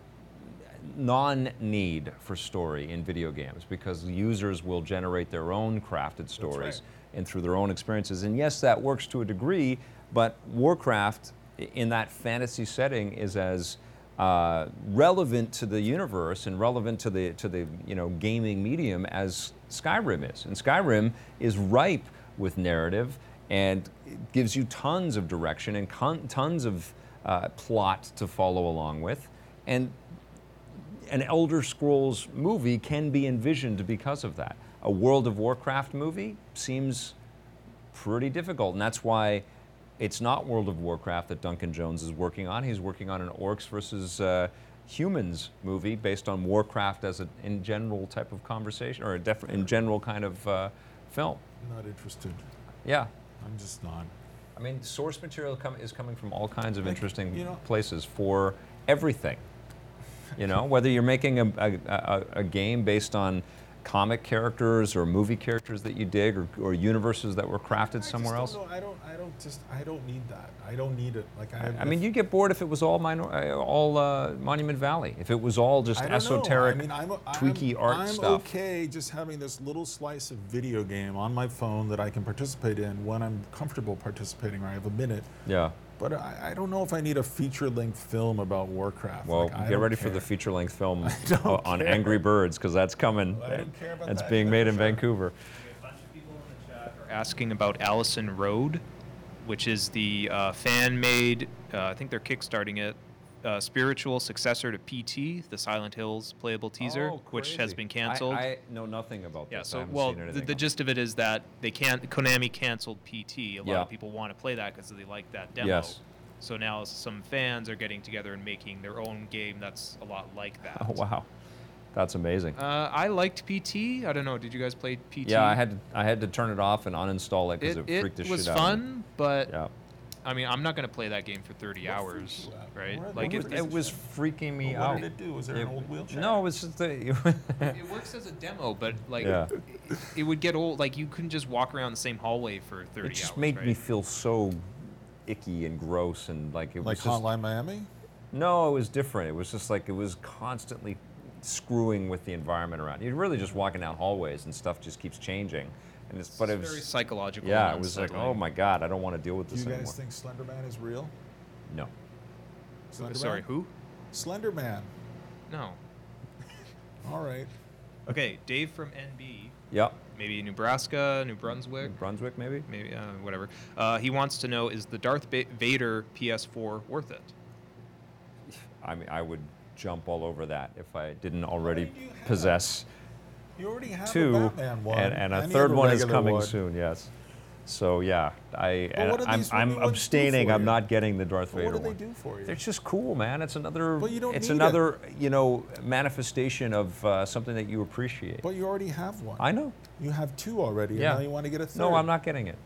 non-need for story in video games because users will generate their own crafted stories and through their own experiences. And yes, that works to a degree, but Warcraft i- in that fantasy setting is as uh, relevant to the universe and relevant to the to the you know gaming medium as Skyrim is. And Skyrim is ripe with narrative and it gives you tons of direction and con- tons of uh, plot to follow along with. And an Elder Scrolls movie can be envisioned because of that. A World of Warcraft movie seems pretty difficult, and that's why it's not World of Warcraft that Duncan Jones is working on. He's working on an orcs versus uh, humans movie based on Warcraft as an in general type of conversation or a def- in general kind of uh, film. I'm not interested. Yeah. I'm just not. I mean, source material com- is coming from all kinds of Like, interesting you know- places for everything. You know, whether you're making a, a, a, a game based on comic characters or movie characters that you dig or, or universes that were crafted somewhere I else. just don't know. I don't. I don't just. I don't need that. I don't need it. Like I. Have I mean, you'd get bored if it was all, minor, uh, all uh, Monument Valley, if it was all just I don't know. esoteric, I mean, I'm, I'm, tweaky art I'm stuff. okay just having this little slice of video game on my phone that I can participate in when I'm comfortable participating or I have a minute. Yeah. But I, I don't know if I need a feature-length film about Warcraft. Well, Like, I get don't ready for care. the feature-length film o- on Angry Birds because that's coming. I don't care about that's that. being made in Sure. Vancouver. A bunch of people in the chat are asking about Allison Road, which is the uh, fan-made. Uh, I think they're kickstarting it. Uh, spiritual successor to PT, the Silent Hills playable teaser, Oh, which has crazy. been I- canceled. I, know nothing about yeah, this. I so haven't well, seen the, anything the on gist of it is that they can't. Konami canceled PT. A lot Yeah. of people want to play that because they like that demo. Yes. So now some fans are getting together and making their own game that's a lot like that. it. Oh wow, that's amazing. Uh, I liked PT. I don't know. Did you guys play PT? yeah, I had to, I had to turn it off and uninstall it because It, it, freaked it the was shit out. of me. fun, but Yeah. I mean, I'm not gonna play that game for 30 hours, freaks you out? right? What- like what it, was it, It was freaking me What out. did it do? Was there an old wheelchair? No, it was just the. it works as a demo, but like Yeah. it, it would get old. Like you couldn't just walk around the same hallway for 30 it just hours. made me right? feel so icky and gross and like it Like was just Hotline Miami. No, it was different. It was just like it was constantly screwing with the environment around. you. You're really just walking down hallways and stuff just keeps changing. And it's but it very was psychological. yeah, and it was like unsettling. oh my god, I don't want to deal with Do this you anymore. guys think Slenderman is real? no, Slenderman? Sorry, who? Slenderman. No. All right. Okay, Dave from NB, yeah, maybe Nebraska, New Brunswick, Brunswick maybe. maybe uh, whatever. Uh, he wants to know: Is the Darth ba- Vader PS4 worth it? I mean, I would jump all over that if I didn't already do you have? possess You already have two, a Batman one. and, and a you third have one is regular coming one. soon. Yes, So yeah, I But what do I'm, these new I'm ones do abstaining. for I'm you? not getting the Darth Vader What do they one. do for you? They're just cool, man. It's another. But you don't it's need it. another you know manifestation of uh, something that you appreciate. But you already have one. I know. You have two already. Yeah. And now you want to get a third. No, I'm not getting it.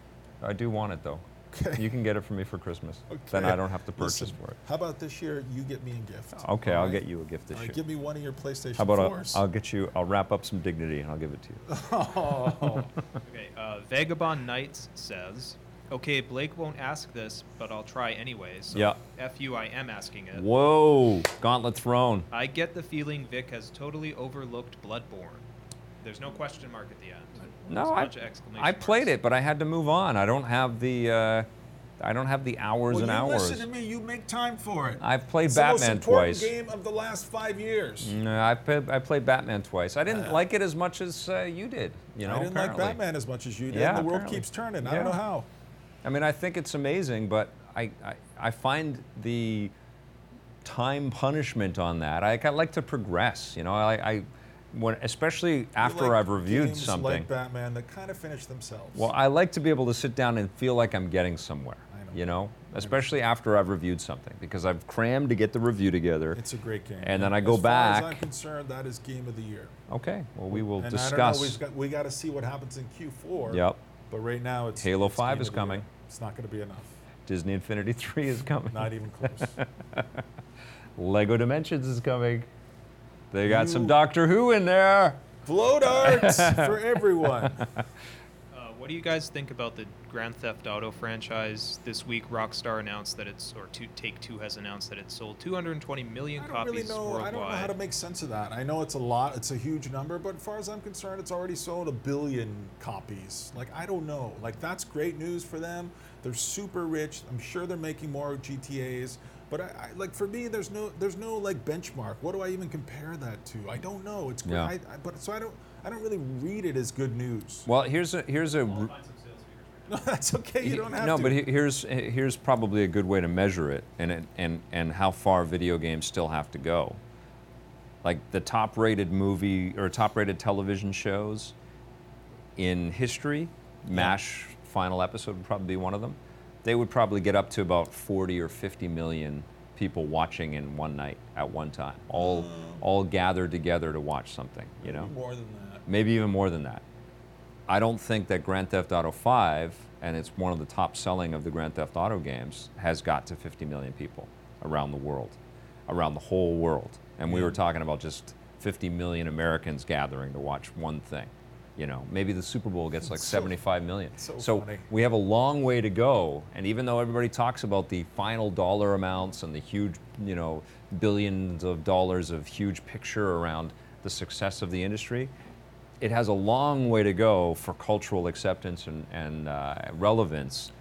I do want it though. Okay. You can get it for me for Christmas. Then I don't have to purchase Listen, for it. How about this year? You get me a gift. Okay, all I'll right? get you a gift this All right, year. give me one of your PlayStation How about I'll, 4s. I'll get you? I'll wrap up some dignity and I'll give it to you. Oh. Okay, uh, Vagabond Knights says, okay, Blake won't ask this, but I'll try anyways. So Yeah. F you, I am asking it. Whoa, Gauntlet Throne. I get the feeling Vic has totally overlooked Bloodborne. There's no question mark at the end. There's No, a I, bunch of exclamation I played marks. it, but I had to move on. I don't have the, uh, I don't have the hours well, and you hours. listen to me. You make time for it. I've played it's the most Batman important twice. Mm, game of the last five years. No, I played, I played Batman twice. I didn't like it as much as uh, you did. You know, I didn't apparently. like Batman as much as you did. Yeah, and the world apparently. keeps turning. I don't Yeah. know how. I mean, I think it's amazing, but I, I, I find the time punishment on that. I, I like to progress. You know, I, I when, especially You after like I've reviewed games something. like Batman that kind of finish themselves. Well, I like to be able to sit down and feel like I'm getting somewhere. I know. You know, especially after I've reviewed something because I've crammed to get the review together. it's a great game. and then I go as Far as I'm back. concerned, that is game of the year. okay, well, we will And I don't know, discuss. we've got, we got to see what happens in Q4. Yep. But right now, it's Halo it's 5 game is of the year. coming. It's not going to be enough. Disney Infinity 3 is coming. Not e-, even close. Lego Dimensions is coming. They got some You- Doctor Who in there. Float art for everyone. Uh, what do you guys think about the Grand Theft Auto franchise? This week, Rockstar announced that it's, or two, Take Two has announced that it sold 220 million I don't copies really know. worldwide. I don't know how to make sense of that. I know it's a lot. It's a huge number, but as far as I'm concerned, it's already sold a billion copies. Like I don't know. Like that's great news for them. They're super rich. I'm sure they're making more GTA's. But I, I like for me, there's no there's no like benchmark. What do I even compare that to? I don't know. It's Yeah. great. I, I, but so I don't I don't really read it as good news. Well, here's a here's a r- No, that's okay. You don't have no, to. but he- here's he- here's probably a good way to measure it, and it, and and how far video games still have to go. Like the top-rated movie or top-rated television shows in history, MASH final episode would probably be one of them. They would probably get up to about 40 or 50 million people watching in one night at one time, all Mm. all gathered together to watch something. You know more than that. maybe even more than that. I don't think that Grand Theft Auto 5, and it's one of the top selling of the Grand Theft Auto games, has got to 50 million people around the world, around the whole world. And we were talking about just 50 million Americans gathering to watch one thing. You know, maybe the Super Bowl gets like 75 million. so funny. we have a long way to go. And even though everybody talks about the final dollar amounts and the huge, you know, billions of dollars of huge picture around the success of the industry, it has a long way to go for cultural acceptance and, and uh, relevance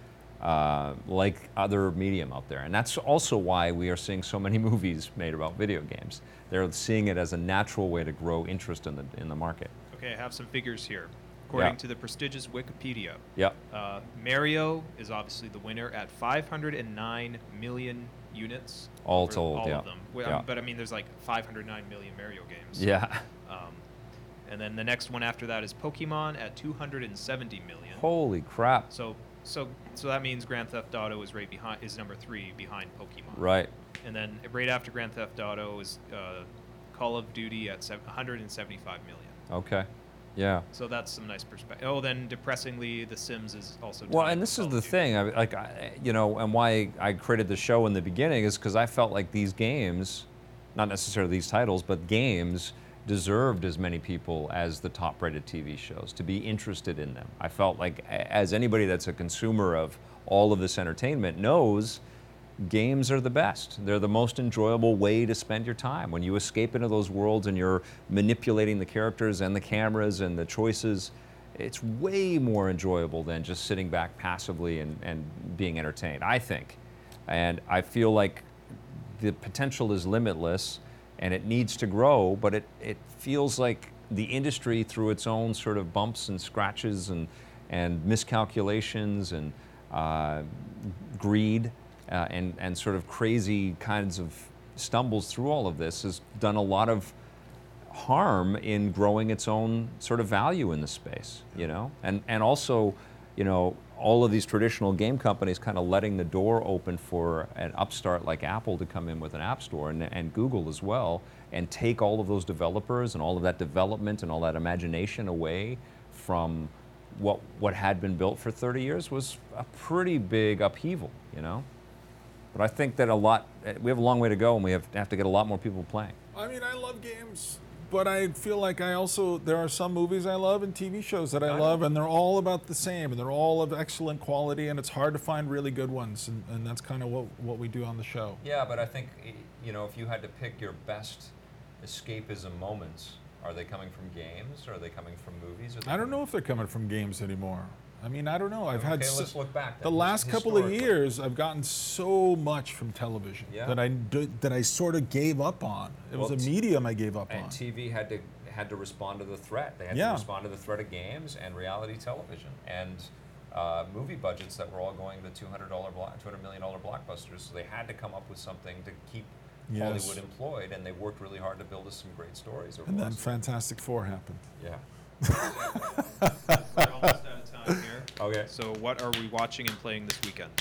uh, like other medium out there. And that's also why we are seeing so many movies made about video games. They're seeing it as a natural way to grow interest in the, in the market. Okay, I have some figures here. According Yeah. to the prestigious Wikipedia, Yep. uh, Mario is obviously the winner at 509 million units. All over told, all yeah. of them. Well, Yeah. But I mean, there's like 509 million Mario games. Yeah. Um, and then the next one after that is Pokemon at 270 million. Holy crap. So, so, so that means Grand Theft Auto is right behind is number three behind Pokemon. Right. And then right after Grand Theft Auto is uh, Call of Duty at sev- 175 million. Okay. Yeah. So that's some nice perspective. Oh, then depressingly, The Sims is also. Well, tied and with this is Call the of Duty. thing, I, like, I, you know, and why I created the show in the beginning is because I felt like these games, not necessarily these titles, but games deserved as many people as the top rated TV shows to be interested in them. I felt like, a- as anybody that's a consumer of all of this entertainment knows, games are the best. They're the most enjoyable way to spend your time. When you escape into those worlds and you're manipulating the characters and the cameras and the choices, it's way more enjoyable than just sitting back passively and, and being entertained, I think. And I feel like the potential is limitless and it needs to grow, but it, it feels like the industry, through its own sort of bumps and scratches and, and miscalculations and uh, greed uh, and, and sort of crazy kinds of stumbles through all of this, has done a lot of harm in growing its own sort of value in the space, you know? And, and also, you know, all of these traditional game companies kind of letting the door open for an upstart like Apple to come in with an app store and, and Google as well and take all of those developers and all of that development and all that imagination away from what, what had been built for 30 years was a pretty big upheaval, you know? But I think that a lot, eh, we have a long way to go and we have, have to get a lot more people playing. I mean, I love games, but I feel like I also there are some movies I love and TV shows that I love, and they're all about the same, and they're all of excellent quality, and it's hard to find really good ones, and, and that's kind of what what we do on the show. Yeah, but I think i- you know if you had to pick your best escapism moments, are they coming from games? Are they coming from movies? Are they I don't coming- know if they're coming from games anymore. I mean, I don't know. I've had Okay, s- let's look back. the then, last couple of historically. years. I've gotten so much from television Yeah. that I d- that I sort of gave up on. It Well, was a t- medium I gave up And on. TV had to had to respond to the threat. They had Yeah. to respond to the threat of games and reality television and uh, movie budgets that were all going to two hundred dollar block, two hundred million dollar blockbusters. So they had to come up with something to keep Yes. Hollywood employed, and they worked really hard to build us some great stories. over and the then last- Fantastic Four happened. yeah. We're almost out of time here. Okay. Uh, So, what are we watching and playing this weekend?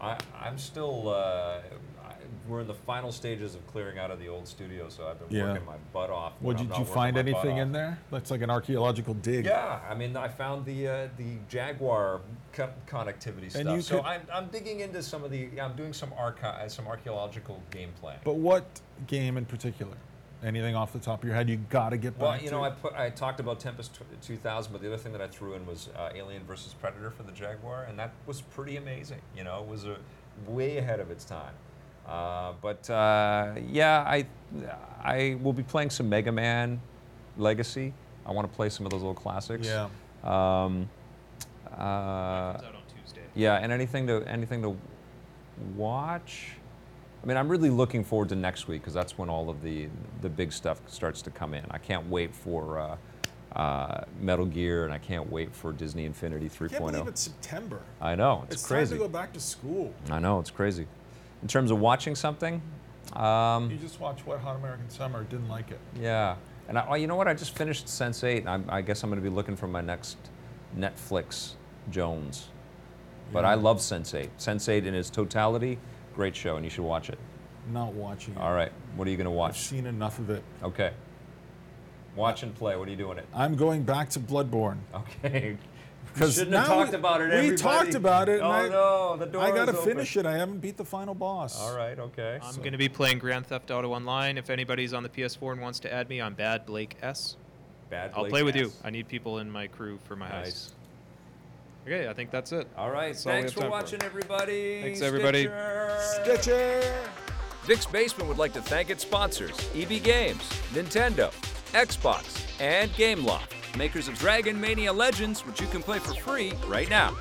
I, I'm still. Uh, I, we're in the final stages of clearing out of the old studio, so I've been Yeah. working my butt off. but Well, I'm did not you working find my butt anything off. in there? That's like an archaeological dig. Yeah, I mean, I found the uh, the Jaguar co- connectivity stuff. you so could- I'm, I'm digging into some of the. I'm doing some archive, some archaeological gameplay. But what game in particular? Anything off the top of your head? You got to get back. Well, you know, to? I put I talked about Tempest tw- 2000, but the other thing that I threw in was uh, Alien versus Predator for the Jaguar, and that was pretty amazing. You know, it was a, way ahead of its time. Uh, but uh, yeah, I I will be playing some Mega Man Legacy. I want to play some of those old classics. yeah. Um, uh, Comes out on Tuesday. yeah, and anything to anything to watch. I mean, I'm really looking forward to next week because that's when all of the the big stuff starts to come in. I can't wait for uh, uh, Metal Gear, and I can't wait for Disney Infinity I can't believe 3.0. it's September. I know oh. it's, It's, crazy. time to go back to school. I know it's crazy. In terms of watching something, um, You just watched Wet Hot American Summer. Didn't like it. yeah, and I, oh, you know what? I just finished Sense Eight, and I'm, I guess I'm going to be looking for my next Netflix Jones. But I love Sense Eight. Sense Eight in its totality, great show, and you should watch it. Not watching it. All right, what are you going to I've watch? seen enough of it. Okay. Watch and play. What are you doing it? I'm going back to Bloodborne. Okay. Because Because shouldn't now have talked we- about it. we everybody. talked about it, and Oh I- no, the door. I got gotta to finish it. I haven't beat the final boss. All right. Okay. I'm going to be playing Grand Theft Auto Online. If anybody's on the PS4 and wants to add me, I'm Bad Blake S. Bad I'll Blake play with you. ass. I need people in my crew for my Nice. house. Okay, I think that's it. All right. That's all we Thanks have for time watching, everybody. Thanks, everybody. Stitcher. Stitcher. Dick's Basement would like to thank its sponsors EB Games, Nintendo, Xbox, and Gameloft, makers of Dragon Mania Legends, which you can play for free right now.